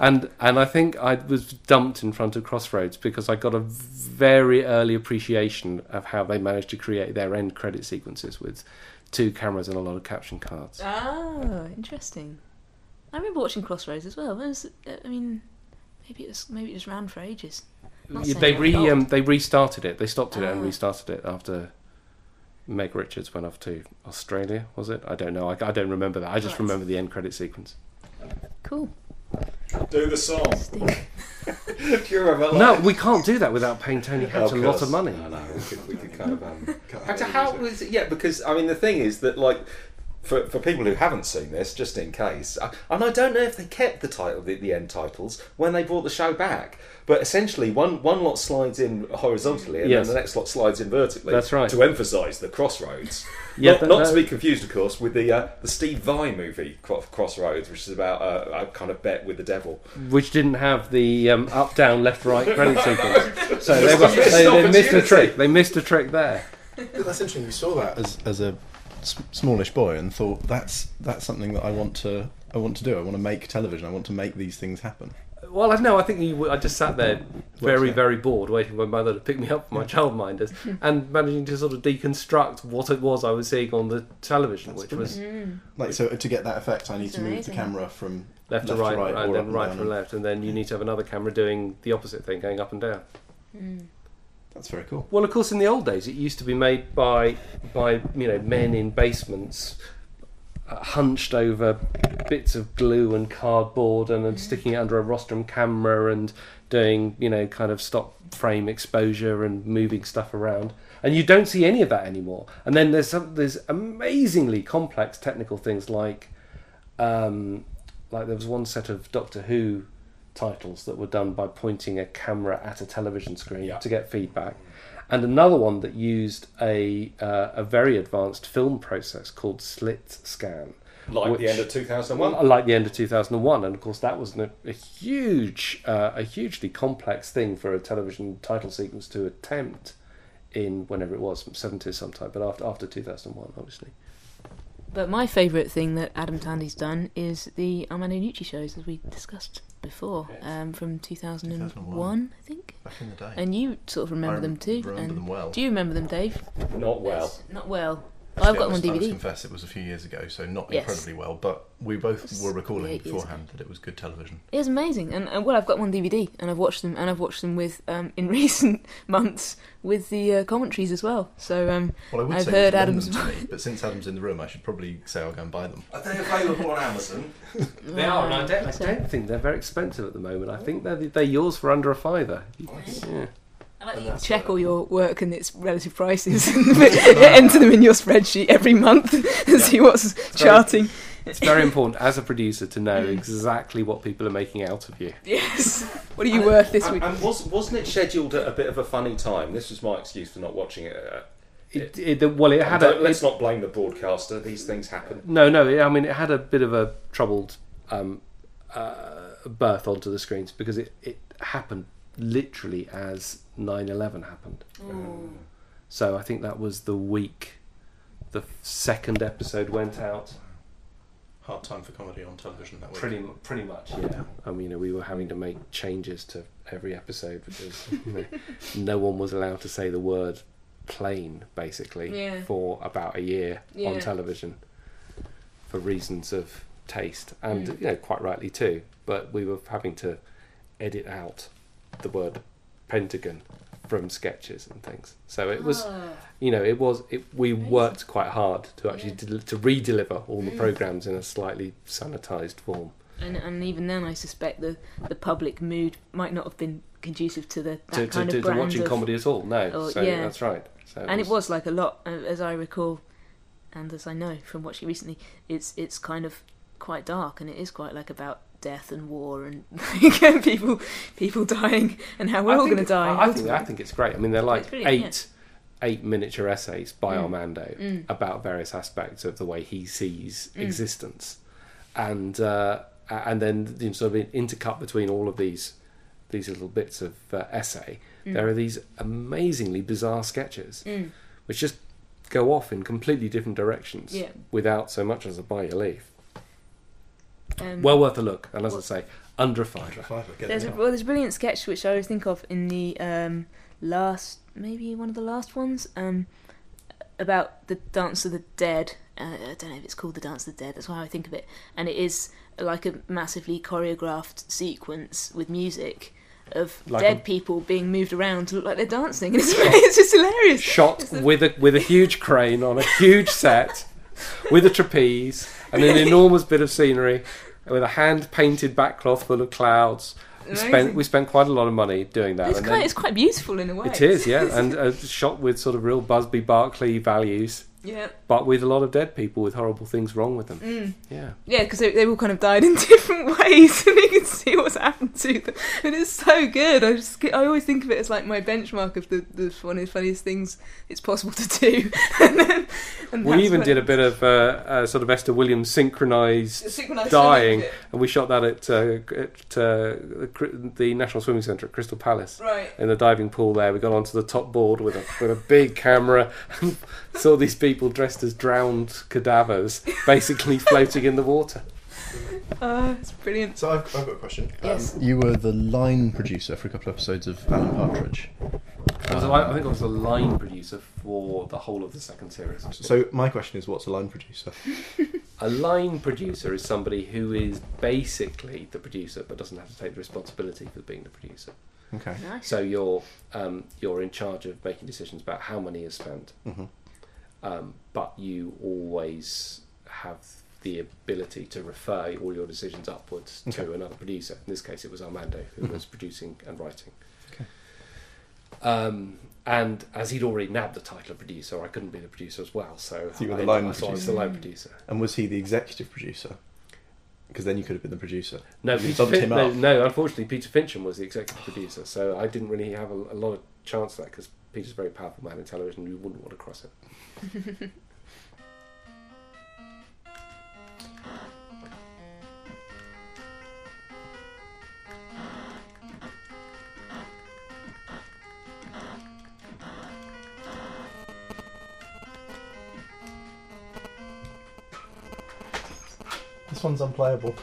Speaker 5: and and I think I was dumped in front of Crossroads because I got a very early appreciation of how they managed to create their end credit sequences with two cameras and a lot of caption cards.
Speaker 3: Oh, interesting. I remember watching Crossroads as well. When was it- uh, I mean, maybe it was maybe it just ran for ages. Not
Speaker 5: Yeah,
Speaker 3: saying
Speaker 5: they
Speaker 3: I'm
Speaker 5: re
Speaker 3: old.
Speaker 5: um, they restarted it. They stopped it and
Speaker 3: Ah.
Speaker 5: restarted it after Meg Richards went off to Australia. Was it? I don't know. I, I don't remember that. I just
Speaker 3: Right.
Speaker 5: remember the end credit sequence.
Speaker 3: Cool.
Speaker 11: Do the song.
Speaker 3: Steve.
Speaker 11: If you remember,
Speaker 5: No,
Speaker 11: like-
Speaker 5: we can't do that without paying Tony Hatch
Speaker 11: Of
Speaker 5: a lot
Speaker 11: course.
Speaker 5: of money.
Speaker 11: I know. We could, we could kind of. Um, cut
Speaker 12: Actually,
Speaker 11: out
Speaker 12: how
Speaker 11: the music.
Speaker 12: was it? Yeah, because I mean, the thing is that like. For, for people who haven't seen this, just in case, I- and I don't know if they kept the title, the, the end titles, when they brought the show back. But essentially, one one lot slides in horizontally, and
Speaker 5: Yes.
Speaker 12: then the next lot slides in vertically.
Speaker 5: That's right.
Speaker 12: To emphasise the crossroads.
Speaker 5: Yeah,
Speaker 12: not,
Speaker 5: that-
Speaker 12: not
Speaker 5: that-
Speaker 12: to be confused, of course, with the uh, the Steve Vai movie Cro- Crossroads, which is about uh, a kind of bet with the devil.
Speaker 5: Which didn't have the um, up, down, left, right credit sequence. So they, were, they, they missed a
Speaker 12: opportunity.
Speaker 5: trick. They missed a trick there.
Speaker 4: That's interesting. You saw that as as a s- smallish boy and thought that's that's something that I want to I want to do. I want to make television. I want to make these things happen.
Speaker 5: Well, I no, I think you, w- I just sat there very,
Speaker 4: that?
Speaker 5: very bored, waiting for my mother to pick me up from my childminders, and managing to sort of deconstruct what it was I was seeing on the television, which was
Speaker 4: Like so, to get that effect, I need
Speaker 3: That's
Speaker 4: to move
Speaker 3: amazing.
Speaker 4: the camera from
Speaker 5: left to right, and
Speaker 4: or up
Speaker 5: then right
Speaker 4: down.
Speaker 5: from left, and then you need to have another camera doing the opposite thing, going up and down.
Speaker 4: That's very cool.
Speaker 5: Well, of course, in the old days, it used to be made by by you know men in basements, uh, hunched over bits of glue and cardboard, and then sticking it under a rostrum camera and doing you know kind of stop frame exposure and moving stuff around. And you don't see any of that anymore. And then there's some, there's amazingly complex technical things like um, like there was one set of Doctor Who titles that were done by pointing a camera at a television screen to get feedback, and another one that used a uh, a very advanced film process called slit scan,
Speaker 12: Like
Speaker 5: which-
Speaker 12: the end of two thousand and one.
Speaker 5: like the end of 2001, and of course that was an, a huge, uh, a hugely complex thing for a television title sequence to attempt in whenever it was, 70s sometime, but after after 2001, obviously.
Speaker 3: But my favourite thing that Adam Tandy's done is the Armando Nucci shows, as we discussed before, um, from 2001,
Speaker 4: 2001.
Speaker 3: I think.
Speaker 4: Back in the day,
Speaker 3: And you sort of remember
Speaker 4: I
Speaker 3: them too.
Speaker 4: remember
Speaker 3: and
Speaker 4: them well.
Speaker 3: Do you remember them, Dave?
Speaker 12: Not well.
Speaker 3: Not well. I've got them on
Speaker 4: I must
Speaker 3: DVD.
Speaker 4: confess, it was a few years ago, so not
Speaker 3: Yes.
Speaker 4: incredibly well. But we both
Speaker 3: was
Speaker 4: were recalling
Speaker 3: eight years
Speaker 4: beforehand that it was good television.
Speaker 3: It was amazing, and, and well, I've got one DVD, and I've watched them, and I've watched them with um, in recent months with the uh, commentaries as well. So um,
Speaker 4: Well, I would
Speaker 3: I've
Speaker 4: say
Speaker 3: heard
Speaker 4: heard
Speaker 3: Adam's.
Speaker 4: Adam's them to me, but since Adam's in the room, I should probably say I'll go and buy them.
Speaker 12: Are they available on Amazon?
Speaker 5: They are, and I don't, I
Speaker 3: So-
Speaker 5: don't think they're very expensive at the moment. I think they're they're yours for under a fiver. Yeah.
Speaker 3: And
Speaker 8: let you check all your work and its relative prices and enter them in your spreadsheet every month and see what's
Speaker 5: very-
Speaker 8: charting.
Speaker 5: It's very important as a producer to know exactly what people are making out of you.
Speaker 8: Yes. What are you worth this
Speaker 11: and,
Speaker 8: week?
Speaker 11: And um, was, wasn't it scheduled at a bit of a funny time? This was my excuse for not watching it. uh,
Speaker 5: It, it, the- well, it had
Speaker 11: don't-
Speaker 5: a
Speaker 11: let's not blame the broadcaster. These things happen.
Speaker 5: no, no. It, I mean, it had a bit of a troubled um, uh, birth onto the screens because it, it happened literally as 9/11 happened. So I think that was the week the second episode went out.
Speaker 13: Hard time for comedy on television that week.
Speaker 5: Pretty, mu- pretty much, yeah. I mean, you know, we were having to make changes to every episode because you know, no one was allowed to say the word plane, basically,
Speaker 8: Yeah.
Speaker 5: for about a year
Speaker 8: Yeah.
Speaker 5: on television for reasons of taste, and
Speaker 8: Mm.
Speaker 5: you know, quite rightly too. But we were having to edit out the word Pentagon from sketches and things. So it
Speaker 8: Ah.
Speaker 5: was, you know, it was. It, we worked quite hard to actually del- to re-deliver all
Speaker 8: Mm.
Speaker 5: the programs in a slightly sanitized form.
Speaker 8: And, and even then, I suspect the, the public mood might not have been conducive to the that
Speaker 5: to, to,
Speaker 8: kind
Speaker 5: to,
Speaker 8: of
Speaker 5: to
Speaker 8: brand
Speaker 5: watching
Speaker 8: of-
Speaker 5: comedy at all. No,
Speaker 8: Oh,
Speaker 5: so
Speaker 8: yeah.
Speaker 5: that's right. So
Speaker 8: And it was like a lot, uh, as I recall, and as I know from watching recently, it's it's kind of quite dark, and it is quite like about death and war and like, people people dying and how we're
Speaker 5: I
Speaker 8: all
Speaker 5: think-
Speaker 8: going to die.
Speaker 5: I, I think I think it's great. I mean, they're like
Speaker 8: It's Mm.
Speaker 5: eight
Speaker 8: brilliant,
Speaker 5: eight miniature essays by Armando about various aspects of the way he sees
Speaker 8: Mm.
Speaker 5: existence, and uh, a- and then you know, sort of intercut between all of these these little bits of uh, essay.
Speaker 8: Mm.
Speaker 5: There are these amazingly bizarre sketches, which just go off in completely different directions
Speaker 8: Yeah.
Speaker 5: without so much as a buy your leaf.
Speaker 8: Um,
Speaker 5: Well worth a look, and as I say, under a fiver.
Speaker 13: Fiver, get
Speaker 8: There's
Speaker 13: it
Speaker 8: a,
Speaker 13: out.
Speaker 8: well, there's a brilliant sketch which I always think of in the um, last, maybe one of the last ones, um, about the Dance of the Dead. Uh, I don't know if it's called the Dance of the Dead. That's how I think of it, and it is like a massively choreographed sequence with music of
Speaker 5: Like
Speaker 8: dead
Speaker 5: a-
Speaker 8: people being moved around to look like they're dancing, and it's, it's just hilarious.
Speaker 5: shot with a with a huge crane on a huge set with a trapeze and an enormous bit of scenery and with a hand painted backcloth full of clouds. We spent
Speaker 8: Amazing.
Speaker 5: we spent quite a lot of money doing that.
Speaker 8: It's
Speaker 5: and
Speaker 8: quite,
Speaker 5: then-
Speaker 8: it's quite beautiful in a way.
Speaker 5: it is, yeah, and uh, shot with sort of real Busby Barclay values,
Speaker 8: yeah,
Speaker 5: but with a lot of dead people with horrible things wrong with them.
Speaker 8: Mm.
Speaker 5: Yeah,
Speaker 8: yeah, because they, they all kind of died in different ways, and you can see what's happened to them, and it's so good. I just I always think of it as like my benchmark of the the one of the funniest things it's possible to do. and then, and
Speaker 5: we
Speaker 8: that's
Speaker 5: even
Speaker 8: when-
Speaker 5: did a bit of uh, uh, sort of Esther Williams synchronized
Speaker 8: Synchronised
Speaker 5: dying,
Speaker 8: swimming
Speaker 5: and we shot that at, uh, at uh, the Cri- the National Swimming Centre at Crystal Palace.
Speaker 8: bit. Right.
Speaker 5: in the diving pool there. We got onto the top board with a with a big camera and saw these people dressed as drowned cadavers, basically floating in the water.
Speaker 8: Uh, it's brilliant.
Speaker 4: So I've, I've got a question.
Speaker 8: Yes.
Speaker 4: Um, you were the line producer for a couple of episodes of Alan Partridge.
Speaker 5: I, was a li- I think I was a line producer for the whole of the second series.
Speaker 4: So my question is, what's a line producer?
Speaker 5: a line producer is somebody who is basically the producer but doesn't have to take the responsibility for being the producer.
Speaker 4: Okay.
Speaker 8: Nice.
Speaker 5: So you're um, you're in charge of making decisions about how money is spent,
Speaker 4: Mm-hmm.
Speaker 5: um, but you always have the ability to refer all your decisions upwards to another producer. In this case, it was Armando who
Speaker 4: Mm-hmm.
Speaker 5: was producing and writing. Okay. Um, and as he'd already nabbed the title of producer, I couldn't be the producer as well. So,
Speaker 4: So you were the
Speaker 5: I-
Speaker 4: line
Speaker 5: so I was the line producer.
Speaker 4: And was he the executive producer? Because then you could have been the producer.
Speaker 5: No,
Speaker 4: You
Speaker 5: Peter
Speaker 4: bumped
Speaker 5: fin-
Speaker 4: him
Speaker 5: no,
Speaker 4: up.
Speaker 5: no, unfortunately, Peter Fincham was the executive producer, so I didn't really have a, a lot of chance of that because Peter's a very powerful man in television. You wouldn't want to cross him.
Speaker 4: This one's unplayable.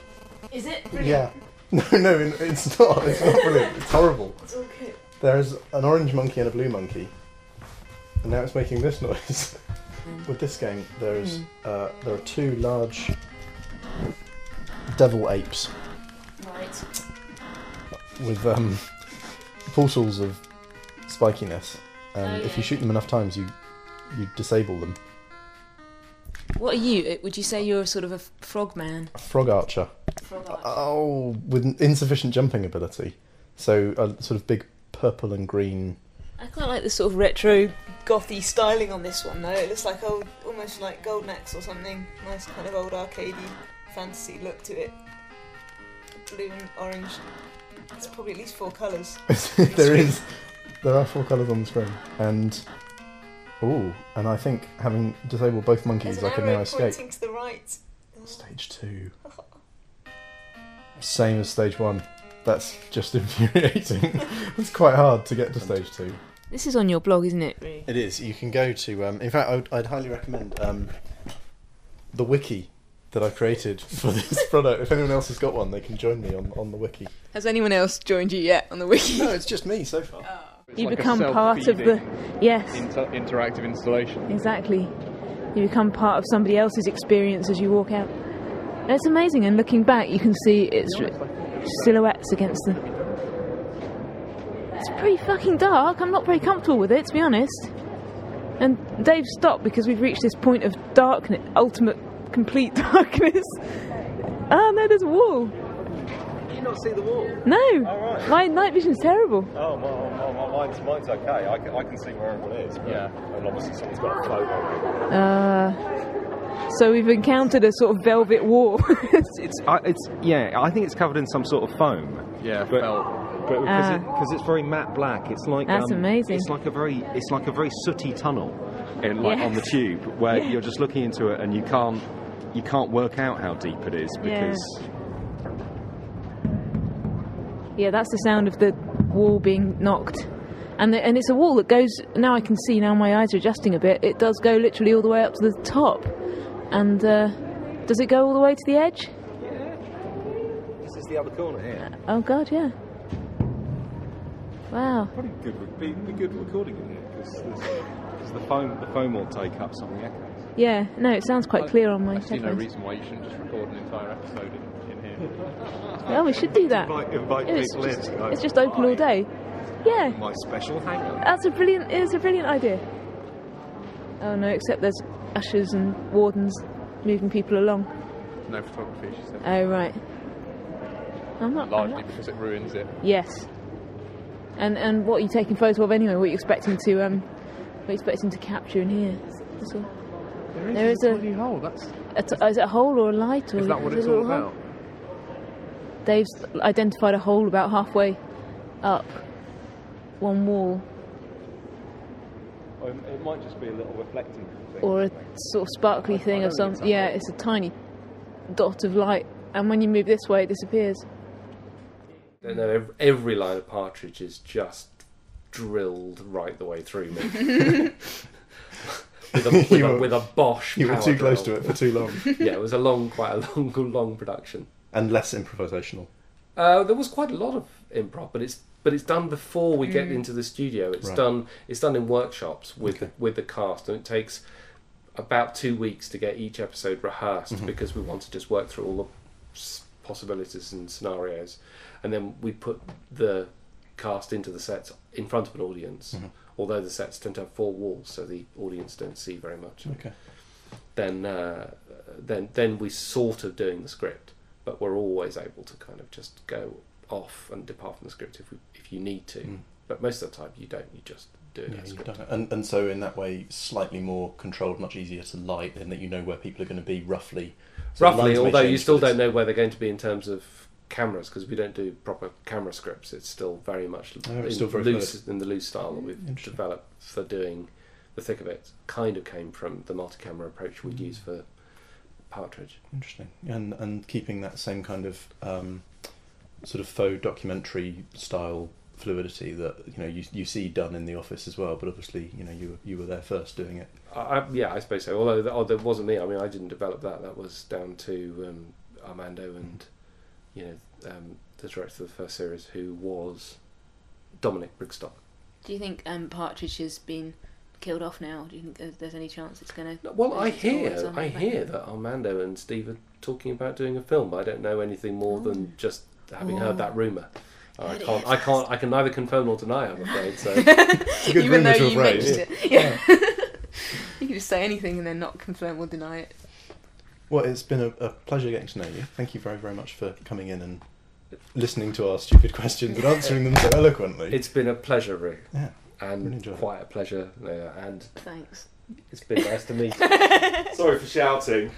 Speaker 8: Is it?
Speaker 4: Yeah. No, no, it- it's not. It's not brilliant. It's horrible.
Speaker 8: It's all good.
Speaker 4: There is an orange monkey and a blue monkey, and now it's making this noise.
Speaker 8: Mm.
Speaker 4: With this game, there is uh, there are two large devil apes
Speaker 8: Right.
Speaker 4: with um, portals of spikiness, and
Speaker 8: Oh,
Speaker 4: if
Speaker 8: yeah.
Speaker 4: you shoot them enough times, you you disable them.
Speaker 8: What are you? Would you say you're sort of a frog man?
Speaker 4: A frog archer.
Speaker 8: Frog
Speaker 4: Oh, with insufficient jumping ability, so a sort of big purple and green
Speaker 3: I quite like the sort of retro gothy styling on this one though. It looks like old, almost like Golden Axe or something. Nice kind of old arcadey fantasy look to it. Blue and orange. It's probably at least four colours.
Speaker 9: there is, there are four colours on the screen, and oh, and I think having disabled both
Speaker 3: There's
Speaker 9: monkeys,
Speaker 3: an
Speaker 9: I can
Speaker 3: arrow
Speaker 9: now escape.
Speaker 3: pointing to the right.
Speaker 9: Stage two. Same as stage one. That's just infuriating. it's quite hard to get to stage two.
Speaker 3: This is on your blog, isn't it? Really?
Speaker 9: It is. You can go to. Um, in fact, I would, I'd highly recommend um, the wiki that I created for this product. If anyone else has got one, they can join me on, on the wiki.
Speaker 3: Has anyone else joined you yet on the wiki?
Speaker 9: No, it's just me so far.
Speaker 3: You
Speaker 14: like a
Speaker 3: become part of the
Speaker 14: self-feeding
Speaker 3: yes,
Speaker 14: Inter- interactive installation.
Speaker 3: exactly. You become part of somebody else's experience as you walk out. And It's amazing, and looking back, you can see its silhouettes against the. It's pretty fucking dark. I'm not very comfortable with it, to be honest. And Dave stopped because we've reached this point of darkness, ultimate, complete darkness. Oh no, there's a wall.
Speaker 2: Can you not see the wall?
Speaker 3: No,
Speaker 2: All right.
Speaker 3: my night vision's terrible.
Speaker 2: Oh, well, well, well, mine's, mine's okay. I can, I can see where everyone is. Yeah. And obviously someone's got a float on.
Speaker 3: Uh, so we've encountered a sort of velvet wall. it's, it's
Speaker 2: I, it's yeah. I think it's covered in some sort of foam.
Speaker 14: Yeah,
Speaker 2: but but because
Speaker 3: Ah.
Speaker 2: it, 'cause it's very matte black, it's like
Speaker 3: That's
Speaker 2: um,
Speaker 3: amazing.
Speaker 2: It's like a very it's like a very sooty tunnel, in, like on the
Speaker 3: Yes.
Speaker 2: tube where
Speaker 3: Yeah.
Speaker 2: you're just looking into it and you can't you can't work out how deep it is
Speaker 3: Yeah.
Speaker 2: because
Speaker 3: yeah, that's the sound of the wall being knocked, and the, and it's a wall that goes. Now I can see. Now my eyes are adjusting a bit. It does go literally all the way up to the top, and uh, does it go all the way to the edge?
Speaker 2: this is the other corner here.
Speaker 3: Oh God, yeah. Wow.
Speaker 2: Probably good, be, be good recording in here because the foam the foam will take up some of the echoes.
Speaker 3: Yeah. No, it sounds quite clear on my
Speaker 14: I see no
Speaker 3: headphones.
Speaker 14: reason why you shouldn't just record an entire episode in, in here.
Speaker 3: Oh, we should do that.
Speaker 2: Invite- invite
Speaker 3: it's,
Speaker 2: people in,
Speaker 3: just,
Speaker 2: like,
Speaker 3: it's just open all day. Yeah.
Speaker 2: My special hangout.
Speaker 3: That's a brilliant. It's a brilliant idea. Oh no! Except there's ushers and wardens moving people along.
Speaker 14: No photography, she said.
Speaker 3: Oh right. I'm not. I'm
Speaker 14: Largely
Speaker 3: not-
Speaker 14: because it ruins it.
Speaker 3: Yes. And and what are you taking photo of anyway? What are you expecting to um? What are you expecting to capture in here? That's all. There is a tiny
Speaker 14: hole. That's
Speaker 3: A t- is it a hole or a light or
Speaker 14: is that what
Speaker 3: a
Speaker 14: it's all
Speaker 3: little hole?
Speaker 14: about?
Speaker 3: Dave's identified a hole about halfway up one wall,
Speaker 2: it might just be a little reflecting thing.
Speaker 3: or a sort of sparkly thing
Speaker 2: I
Speaker 3: of some.
Speaker 2: don't think it's a
Speaker 3: Yeah, it's a tiny dot of light, and when you move this way, it disappears.
Speaker 5: No, no, ev- every line of Partridge is just drilled right the way through me. with, a, with,
Speaker 9: You
Speaker 5: a,
Speaker 9: were-
Speaker 5: with a Bosch.
Speaker 9: you were
Speaker 5: power
Speaker 9: too close
Speaker 5: drill.
Speaker 9: to it for too long.
Speaker 5: yeah, it was a long, quite a long, long production.
Speaker 9: And less improvisational.
Speaker 5: Uh, there was quite a lot of improv, but it's but it's done before we get
Speaker 14: Mm.
Speaker 5: into the studio. It's
Speaker 9: Right.
Speaker 5: done it's done in workshops with with the cast, and it takes about two weeks to get each episode rehearsed
Speaker 9: Mm-hmm.
Speaker 14: Mhm.
Speaker 5: because we want to just work through all the s- possibilities and scenarios, and then we put the cast into the sets in front of an audience.
Speaker 9: Mm-hmm.
Speaker 14: Mhm.
Speaker 5: Although the sets don't have four walls, so the audience don't see very much.
Speaker 9: Okay.
Speaker 5: Then, uh, then, then we sort of doing the script, but we're always able to kind of just go off and depart from the script if we, if you need to. But most of the time, you don't. You just do it.
Speaker 9: Mm. Yeah,
Speaker 5: as
Speaker 9: you
Speaker 5: script.
Speaker 9: don't know. And, and so in that way, slightly more controlled, much easier to light in that you know where people are going to be roughly. So the
Speaker 5: Roughly,
Speaker 9: lines may
Speaker 5: although you
Speaker 9: change,
Speaker 5: still
Speaker 9: but
Speaker 5: don't know where they're going to be in terms of cameras because we don't do proper camera scripts. It's still very much
Speaker 9: Oh, it's
Speaker 5: in
Speaker 9: still very
Speaker 5: loose
Speaker 9: fluid.
Speaker 5: in the loose style that we've developed for doing the thick of it. Kind of came from the multi-camera approach we'd
Speaker 9: Hmm.
Speaker 5: use for Partridge.
Speaker 9: Interesting. And and keeping that same kind of um, sort of faux documentary style fluidity that you know you, you see done in the office as well. But obviously, you know you were, you were there first doing it.
Speaker 5: I, I, yeah, I suppose so. Although that, oh, that wasn't me. I mean, I didn't develop that. That was down to um,
Speaker 9: Hmm.
Speaker 5: Armando and you know um, the director of the first series, who was Dominic Brigstock.
Speaker 3: Do you think um, Partridge has been killed off now? Do you think there's, there's any chance it's going to?
Speaker 5: Well, I hear, I hear that Armando and Steve are talking about doing a film. I don't know anything more than just having heard Oh. that rumor. I
Speaker 3: Heard it
Speaker 5: can't,
Speaker 3: here
Speaker 5: I can't, I can neither confirm nor deny. I'm afraid. So,
Speaker 3: Even though you mentioned it, yeah. you can just say anything and then not confirm or deny it.
Speaker 9: Well, it's been a, a pleasure getting to know you. Thank you very very much for coming in and listening to our stupid questions and answering them so eloquently.
Speaker 5: It's been a pleasure, Rick.
Speaker 9: Yeah.
Speaker 15: and quite a pleasure. Yeah, and
Speaker 8: Thanks.
Speaker 15: it's been nice to meet you.
Speaker 5: Sorry for shouting.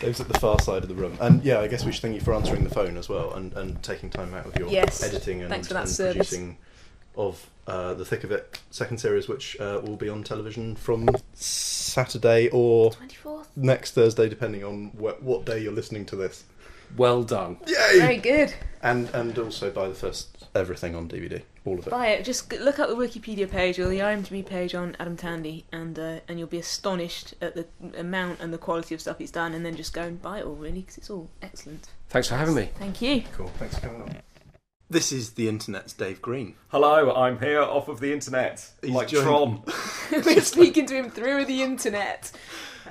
Speaker 4: Dave's at the far side of the room, and yeah, I guess we should thank you for answering the phone as well, and, and taking time out of your
Speaker 8: Yes.
Speaker 4: editing and,
Speaker 8: Thanks for that
Speaker 4: and
Speaker 8: service.
Speaker 4: producing of uh, the thick of it second series, which uh, will be on television from Saturday or
Speaker 8: 24th?
Speaker 4: next Thursday, depending on wh- what day you're listening to this.
Speaker 15: Well done!
Speaker 4: Yay!
Speaker 8: Very good.
Speaker 4: And and also buy the first everything on DVD, all of it.
Speaker 8: Buy it. Just g- look up the Wikipedia page or the IMDb page on Adam Tandy, and uh, and you'll be astonished at the amount and the quality of stuff he's done. And then just go and buy it all, really, because it's all excellent.
Speaker 15: Thanks for having me.
Speaker 8: Thank you.
Speaker 4: Cool. Thanks for coming on. This is the internet's Dave Green.
Speaker 5: Hello, I'm here off of the internet,
Speaker 4: He's
Speaker 5: like
Speaker 4: joined-
Speaker 5: Tron.
Speaker 8: We're speaking to him through the internet.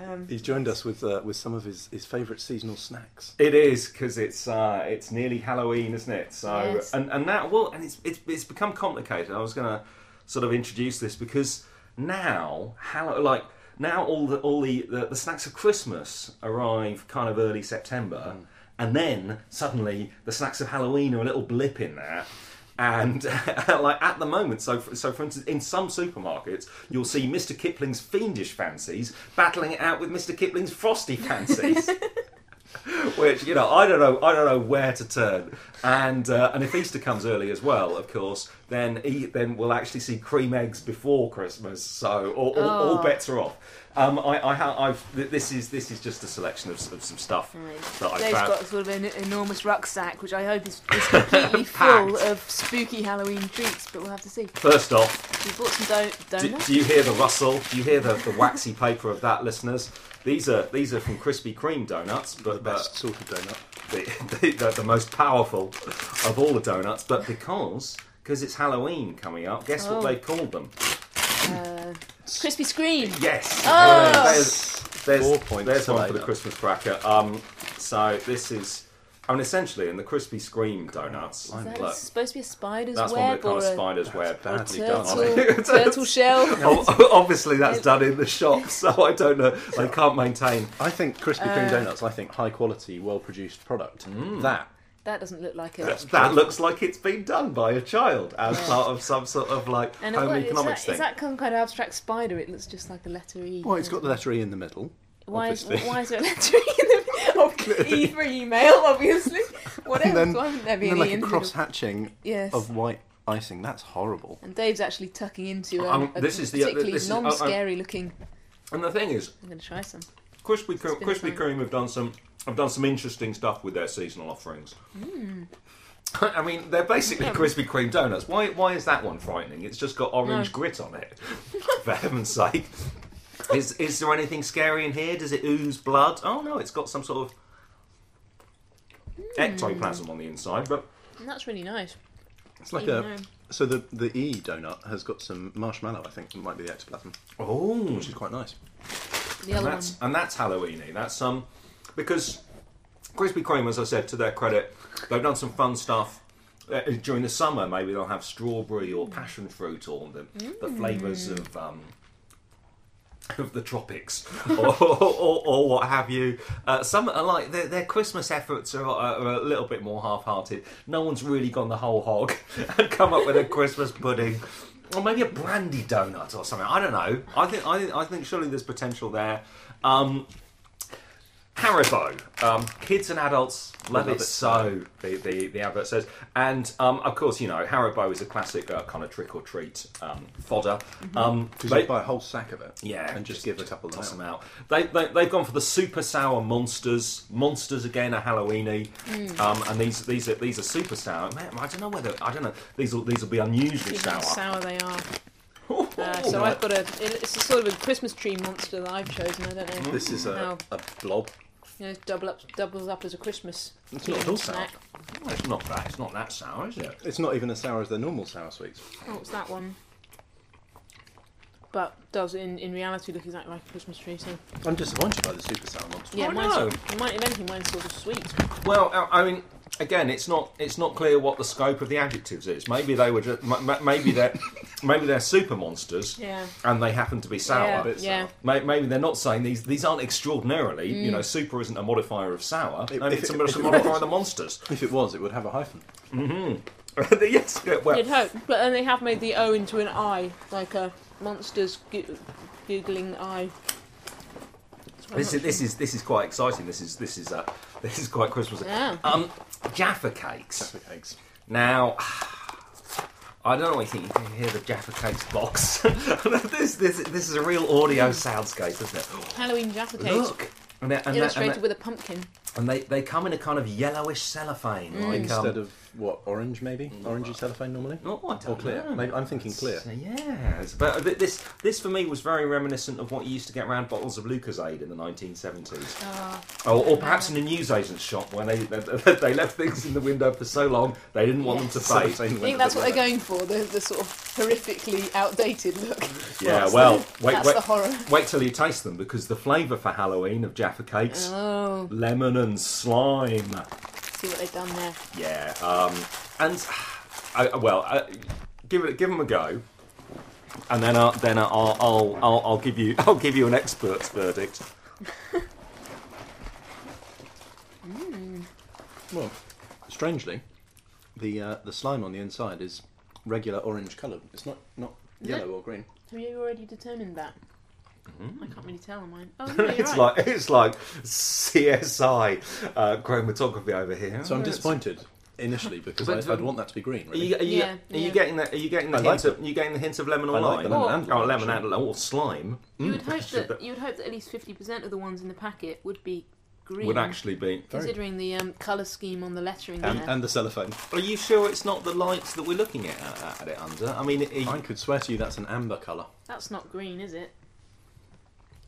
Speaker 8: Um,
Speaker 4: He's joined us with uh, with some of his, his favourite seasonal snacks.
Speaker 5: It is because it's uh, it's nearly Halloween, isn't it? So
Speaker 8: Yes.
Speaker 5: and and now well, and it's, it's it's become complicated. I was going to sort of introduce this because now Hall- like now all the all the, the the snacks of Christmas arrive kind of early September,
Speaker 4: Mm.
Speaker 5: and then suddenly the snacks of Halloween are a little blip in there. And uh, like at the moment, so for, so for instance, in some supermarkets, you'll see Mr. Kipling's fiendish fancies battling it out with Mr. Kipling's frosty fancies. which you know I don't know I don't know where to turn and uh, and if Easter comes early as well of course then e- then we'll actually see cream eggs before Christmas so all, all, all
Speaker 8: Oh.
Speaker 5: bets are off um, I, I ha- I've th- this is this is just a selection of, s- of some stuff
Speaker 8: Mm.
Speaker 5: that I
Speaker 8: Dave's
Speaker 5: found
Speaker 8: got sort of an enormous rucksack, which I hope is, is completely full of spooky Halloween treats, but we'll have to see.
Speaker 5: first off
Speaker 8: We bought some do-
Speaker 5: Do,
Speaker 8: donuts.
Speaker 5: do you hear the rustle? Do you hear the, the waxy paper of that, listeners? These are these are from Krispy Kreme donuts, but the
Speaker 4: best sort of donut.
Speaker 5: The, the, the, most powerful of all the donuts. But because because it's Halloween coming up, guess
Speaker 8: Oh.
Speaker 5: what they called them?
Speaker 8: Uh, crispy screen.
Speaker 5: Yes.
Speaker 8: Oh.
Speaker 5: There's, there's,
Speaker 4: Four points
Speaker 5: there's one for the
Speaker 4: later.
Speaker 5: Christmas cracker. Um, so this is, I mean, essentially in the Krispy Kreme donuts.
Speaker 8: Is that
Speaker 5: look,
Speaker 8: supposed to be a spider's
Speaker 5: that's one
Speaker 8: web
Speaker 5: with a kind
Speaker 8: or
Speaker 5: of
Speaker 8: a
Speaker 5: spider's web.
Speaker 4: badly
Speaker 8: turtle, turtle shell?
Speaker 5: Oh, Obviously, that's done in the shop, so I don't know. They can't maintain.
Speaker 4: I think Krispy Kreme
Speaker 8: Uh,
Speaker 4: donuts. I think high quality, well produced product.
Speaker 14: Mm.
Speaker 5: Hmm.
Speaker 4: That
Speaker 8: That doesn't look like a.
Speaker 5: That looks like it's been done by a child as part of some sort of like
Speaker 8: And
Speaker 5: home
Speaker 8: what, is,
Speaker 5: economics
Speaker 8: that, is
Speaker 5: thing.
Speaker 8: that some kind of abstract spider? It looks just like a letter E.
Speaker 4: well, it's got the letter E in the middle.
Speaker 8: Why is,
Speaker 4: obviously.
Speaker 8: why is there a letter E in the middle? Obviously, E for email, obviously. What else?
Speaker 4: and then,
Speaker 8: why wouldn't there be
Speaker 4: and
Speaker 8: an
Speaker 4: then like
Speaker 8: E in
Speaker 4: a
Speaker 8: the
Speaker 4: cross
Speaker 8: middle?
Speaker 4: hatching
Speaker 8: Yes.
Speaker 4: of white icing. That's horrible.
Speaker 8: And Dave's actually tucking into um,
Speaker 5: Um,
Speaker 8: a
Speaker 5: this is the-
Speaker 8: particularly
Speaker 5: this is- I- I-
Speaker 8: non-scary looking.
Speaker 5: And the thing is,
Speaker 8: I'm going to try some.
Speaker 5: Krispy Kreme,
Speaker 8: been
Speaker 5: Krispy
Speaker 8: fun.
Speaker 5: Kreme have done some have done some interesting stuff with their seasonal offerings. Hmm. I mean, they're basically
Speaker 8: Yum.
Speaker 5: Krispy Kreme donuts. Why why is that one frightening? It's just got orange grit on it. For heaven's sake, is is there anything scary in here? Does it ooze blood? Oh no, it's got some sort of ectoplasm on the inside. But
Speaker 8: And that's really nice.
Speaker 4: It's like
Speaker 8: Even
Speaker 4: a.
Speaker 8: though-
Speaker 4: So the the E donut has got some marshmallow. I think it might be the ectoplasm,
Speaker 5: oh,
Speaker 4: which is quite nice.
Speaker 8: The other
Speaker 5: and
Speaker 8: one.
Speaker 5: that's and that's Halloweeny. That's um because Krispy Kreme, as I said, to their credit, they've done some fun stuff. Uh, during the summer, maybe they'll have strawberry or passion fruit or the, the flavours of um, of the tropics or, or, or what have you. Uh, some are like their, their Christmas efforts are, are a little bit more half-hearted. No one's really gone the whole hog and come up with a Christmas pudding. Or maybe a brandy donut or something. I don't know. I think I think, I think surely there's potential there. Um, Haribo. Um, kids and adults love, it,
Speaker 4: it
Speaker 5: so, the, the, the advert says. And um, of course, you know, Haribo is a classic uh, kind of trick or treat um, fodder. Um,
Speaker 4: Because
Speaker 5: they-
Speaker 4: you buy a whole sack of it.
Speaker 5: yeah,
Speaker 4: And just, give a couple
Speaker 5: toss
Speaker 4: of
Speaker 5: them out. They, they they've gone for the super sour monsters. Monsters again are Halloweeny, um, and these these are these are super sour. Man, I don't know whether I don't know these will these will be unusually
Speaker 8: See how
Speaker 5: sour.
Speaker 8: sour they are.
Speaker 5: Ooh,
Speaker 8: Uh, so I've got a. it- It's a sort of a Christmas tree monster that I've chosen. I don't know.
Speaker 4: This is a,
Speaker 5: Mm-hmm.
Speaker 8: No.
Speaker 4: a blob.
Speaker 8: You know, double up, doubles up as a Christmas.
Speaker 4: It's not
Speaker 8: evening
Speaker 4: at all sour.
Speaker 8: snack.
Speaker 5: oh, it's not that it's not that sour, is it?
Speaker 4: It's not even as sour as their normal sour sweets.
Speaker 8: Oh, it's that one. But does in, in reality look exactly like a Christmas tree, so
Speaker 4: I'm disappointed by the super sour monster.
Speaker 8: yeah,
Speaker 5: Oh,
Speaker 8: mine's,
Speaker 5: no.
Speaker 8: mine, if anything, mine's sort of sweet.
Speaker 5: Well, I, I mean, again, it's not it's not clear what the scope of the adjectives is. Maybe they were just m- m- maybe they're maybe they're super monsters,
Speaker 8: Yeah.
Speaker 5: and they happen to be sour.
Speaker 8: Yeah,
Speaker 4: bit
Speaker 8: yeah. Mm.
Speaker 4: sour.
Speaker 5: May- Maybe they're not saying these. These aren't extraordinarily. You know, super isn't a modifier of sour.
Speaker 4: If-
Speaker 5: no,
Speaker 4: if
Speaker 5: it's,
Speaker 4: it-
Speaker 5: a, it's
Speaker 4: if
Speaker 5: a
Speaker 4: it
Speaker 5: modifier
Speaker 4: was.
Speaker 5: of the monsters.
Speaker 4: If it was, it would have a hyphen.
Speaker 5: yes, yeah, well,
Speaker 8: You'd hope, but then they have made the O into an I, like a monsters go- googling I. So I'm
Speaker 5: This
Speaker 8: not
Speaker 5: is this is this is quite exciting. This is this is uh, this is quite Christmas.
Speaker 8: Yeah.
Speaker 5: Um, Jaffa cakes. Jaffa cakes. Now, Oh, I don't know what you think. You can hear the Jaffa cakes box. this this this is a real audio soundscape, isn't it?
Speaker 8: sure. Halloween Jaffa cakes.
Speaker 5: Look. And, they- and they-
Speaker 8: illustrated
Speaker 5: and,
Speaker 8: with a pumpkin.
Speaker 5: they, and they they come in a kind of yellowish cellophane,
Speaker 8: Mm.
Speaker 5: like um,
Speaker 4: Instead of what orange maybe? Orangey cellophane normally?
Speaker 5: Oh, I don't
Speaker 4: or clear?
Speaker 5: know.
Speaker 4: Maybe, I'm thinking clear.
Speaker 5: So, yeah, but th- this this for me was very reminiscent of what you used to get round bottles of Lucasade in the 1970s.
Speaker 8: Ah.
Speaker 5: Or, or perhaps in a newsagent's shop where they, they they left things in the window for so long they didn't want them to
Speaker 8: Yes.
Speaker 5: fade.
Speaker 8: I think that's what they're going for, the, the sort of horrifically outdated look.
Speaker 5: Yeah,
Speaker 8: That's
Speaker 5: well,
Speaker 8: the-
Speaker 5: wait,
Speaker 8: that's
Speaker 5: wait,
Speaker 8: the horror.
Speaker 5: wait till you taste them because the flavour for Halloween of Jaffa cakes,
Speaker 8: Oh,
Speaker 5: lemon and slime.
Speaker 8: see what they've done there.
Speaker 5: Yeah, um, and I, well, uh, give it, give them a go, and then I'll, then I'll, I'll, I'll, I'll give you, I'll give you an expert's verdict.
Speaker 8: Mm.
Speaker 4: Well, strangely, the uh, the slime on the inside is regular orange coloured. It's not not
Speaker 8: No.
Speaker 4: yellow or green.
Speaker 8: Have you already determined that? I can't really tell on mine. Oh, no, you're
Speaker 5: Hmm. it's
Speaker 8: right.
Speaker 5: like it's like CSI uh, chromatography over here.
Speaker 4: So
Speaker 5: Yeah,
Speaker 4: I'm
Speaker 5: it's-
Speaker 4: disappointed initially because
Speaker 5: Oh, But-
Speaker 4: I'd, I'd want that to be green.
Speaker 5: Are
Speaker 4: Really.
Speaker 5: you, are you,
Speaker 8: Yeah,
Speaker 5: are
Speaker 8: yeah.
Speaker 5: you getting the, are you getting the
Speaker 4: I
Speaker 5: hint
Speaker 4: like
Speaker 5: of, are you getting the hint of lemon or
Speaker 4: I
Speaker 5: lime?
Speaker 4: like the lemon and
Speaker 5: oh,
Speaker 4: lime,
Speaker 5: lemon and
Speaker 4: actually.
Speaker 5: or slime
Speaker 8: You would hope
Speaker 5: Should
Speaker 8: that you would hope that at least fifty percent of the ones in the packet would be green.
Speaker 5: would actually be.
Speaker 8: considering the um, colour scheme on the lettering
Speaker 4: And,
Speaker 8: there.
Speaker 4: and the cellophane.
Speaker 5: Are you sure it's not the lights that we're looking at, at, it under? I mean, it,
Speaker 4: I could swear to you that's an amber colour.
Speaker 8: That's not green, is it?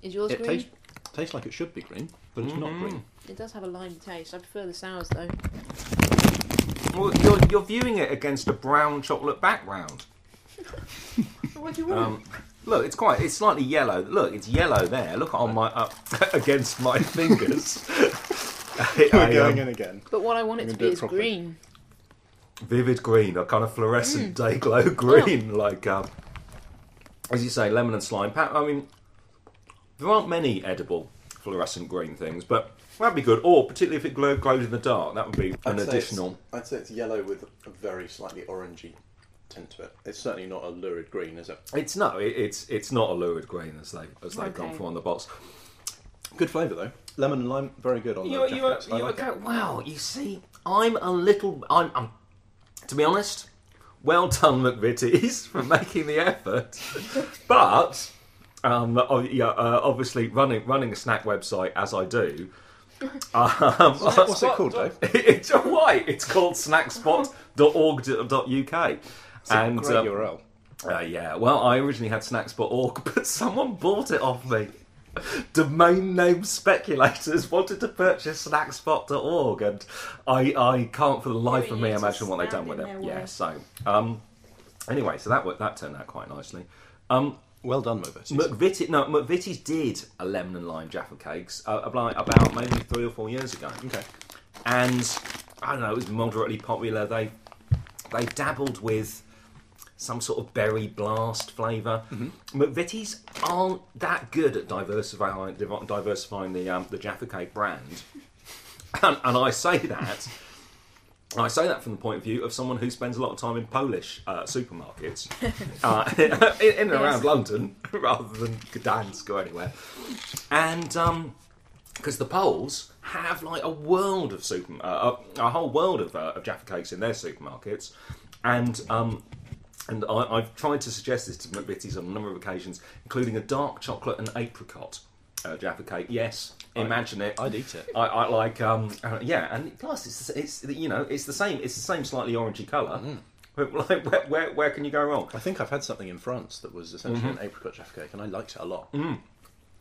Speaker 8: Is yours
Speaker 4: It
Speaker 8: green?
Speaker 4: tastes tastes like it should be green, but it's not
Speaker 5: Mm-hmm.
Speaker 4: green.
Speaker 8: It does have a lime taste. I prefer the sours though.
Speaker 5: Well, you're, you're viewing it against a brown chocolate background.
Speaker 8: What do you
Speaker 5: Um, look, it's quite. It's slightly yellow. Look, it's yellow there. Look on my up against my fingers. I, I, um,
Speaker 4: again.
Speaker 8: But what I want it
Speaker 5: I'm
Speaker 8: to
Speaker 5: gonna do
Speaker 8: be
Speaker 5: it
Speaker 8: is
Speaker 5: properly.
Speaker 8: green.
Speaker 5: vivid green, a kind of fluorescent day
Speaker 8: Mm.
Speaker 5: glow green, like um, as you say, lemon and slime. Pa- I mean, there aren't many edible fluorescent green things, but that'd be good. Or particularly if it glow, glows in the dark, that would be an additional.
Speaker 4: I'd say it's yellow with a very slightly orangey tint to it. It's certainly not a lurid green, is it?
Speaker 5: It's no, it, it's it's not a lurid green as they as they've gone
Speaker 4: Okay.
Speaker 5: for on the box.
Speaker 4: Good flavour though. Lemon and lime, very good on
Speaker 5: You,
Speaker 4: the
Speaker 5: you,
Speaker 4: Jack Nicks. I
Speaker 5: you,
Speaker 4: like
Speaker 5: okay,
Speaker 4: it.
Speaker 5: well, you see, I'm a little. I'm, I'm, to be honest, well done, McVitie's, for making the effort. but, um, ob- yeah, uh, obviously, running running a snack website as I do. Um,
Speaker 4: What's it called, Dave?
Speaker 5: it's why it's called snackspot.org.uk.
Speaker 4: It's a great
Speaker 5: um,
Speaker 4: URL.
Speaker 5: uh, yeah, well, I originally had snackspot.org, but someone bought it off me. Domain name speculators wanted to purchase snackspot.org, and I, I can't for the life of me imagine what they've done with it. Yeah, so um, anyway, so that worked, that turned out quite nicely. Um,
Speaker 4: well done, McVitie's.
Speaker 5: McVitie, no, McVitie's did a lemon and lime Jaffa cakes uh, about, about maybe three or four years ago.
Speaker 4: Okay.
Speaker 5: And I don't know, it was moderately popular. They they dabbled with some sort of berry blast flavour. McVitie's aren't that good at diversifying diversifying the um, the Jaffa cake brand, and, and I say that. I say that from the point of view of someone who spends a lot of time in Polish uh, supermarkets, uh, in, in and around
Speaker 2: Yes.
Speaker 5: London, rather than Gdansk or anywhere. And um, because the Poles have like a world of super, uh, a, a whole world of, uh, of Jaffa cakes in their supermarkets, and um, and I, I've tried to suggest this to McVitie's on a number of occasions, including a dark chocolate and apricot uh, Jaffa cake. Yes, imagine it.
Speaker 4: I'd eat it.
Speaker 5: I, I like um, uh, yeah, and plus it's it's you know it's the same it's the same slightly orangey colour.
Speaker 4: Mm.
Speaker 5: But, Like where, where where can you go wrong?
Speaker 4: I think I've had something in France that was essentially
Speaker 5: Mm-hmm.
Speaker 4: an apricot Jaffa cake, and I liked it a lot.
Speaker 5: Mm.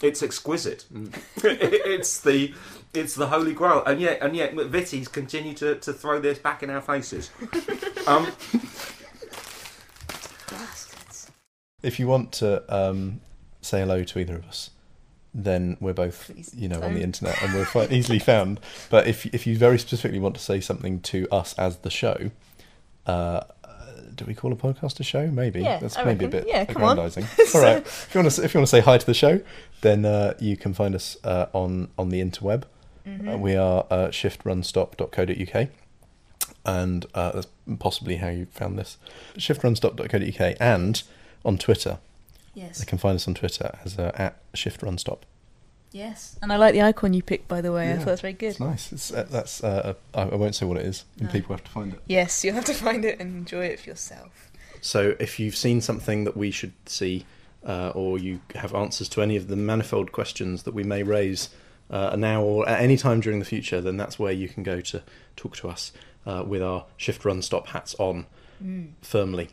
Speaker 5: It's exquisite. it's the it's the holy grail, and yet and yet McVitie's continue to, to throw this back in our faces. um,
Speaker 9: If you want to um, say hello to either of us, then we're both, you know, on the
Speaker 8: don't.
Speaker 9: internet and we're fi- easily found. But if if you very specifically want to say something to us as the show, uh, uh, do we call a podcast a show? Maybe
Speaker 8: Yeah,
Speaker 9: that's
Speaker 8: I
Speaker 9: maybe a
Speaker 8: reckon.
Speaker 9: bit
Speaker 8: Yeah, come on.
Speaker 9: aggrandizing.
Speaker 8: So-
Speaker 9: All right, if you want to if you want to say hi to the show, then uh, you can find us uh, on on the interweb.
Speaker 8: Mhm.
Speaker 9: Uh, we are uh, shiftrunstop.co.uk.
Speaker 4: and uh, that's possibly how you found this. Shiftrunstop.co.uk and on Twitter.
Speaker 8: Yes.
Speaker 4: They can find us on Twitter as uh, at shiftrunstop.
Speaker 8: Yes. And I like the icon you picked, by the way. I
Speaker 4: Yeah,
Speaker 8: thought that's very good.
Speaker 4: It's nice. It's, uh, that's uh, I, I won't say what it is, and
Speaker 8: No.
Speaker 4: people have to find it.
Speaker 8: Yes, you'll have to find it and enjoy it for yourself.
Speaker 4: So if you've seen something that we should see, uh, or you have answers to any of the manifold questions that we may raise uh, now or at any time during the future, then that's where you can go to talk to us uh, with our shift run stop hats on
Speaker 8: Mm.
Speaker 4: firmly.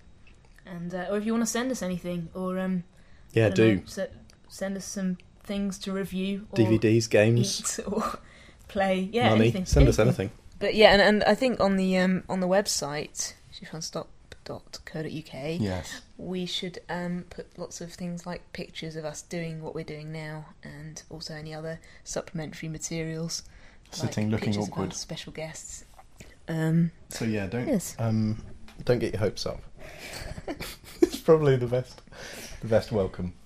Speaker 8: And uh, or if you want to send us anything, or um,
Speaker 4: Yeah,
Speaker 8: I don't
Speaker 4: do.
Speaker 8: know, se- send us some things to review, or
Speaker 4: DVDs, games,
Speaker 8: eat, or play. Yeah,
Speaker 4: money.
Speaker 8: anything.
Speaker 4: Send us anything.
Speaker 8: But yeah, and, and I think on the um, on the website shifronstop.co.uk,
Speaker 4: Yes.
Speaker 8: we should um, put lots of things like pictures of us doing what we're doing now, and also any other supplementary materials.
Speaker 4: Sitting looking
Speaker 8: pictures of
Speaker 4: awkward.
Speaker 8: our special guests. Um,
Speaker 4: So yeah, don't
Speaker 8: Yes.
Speaker 4: um, don't get your hopes up. it's probably the best the best welcome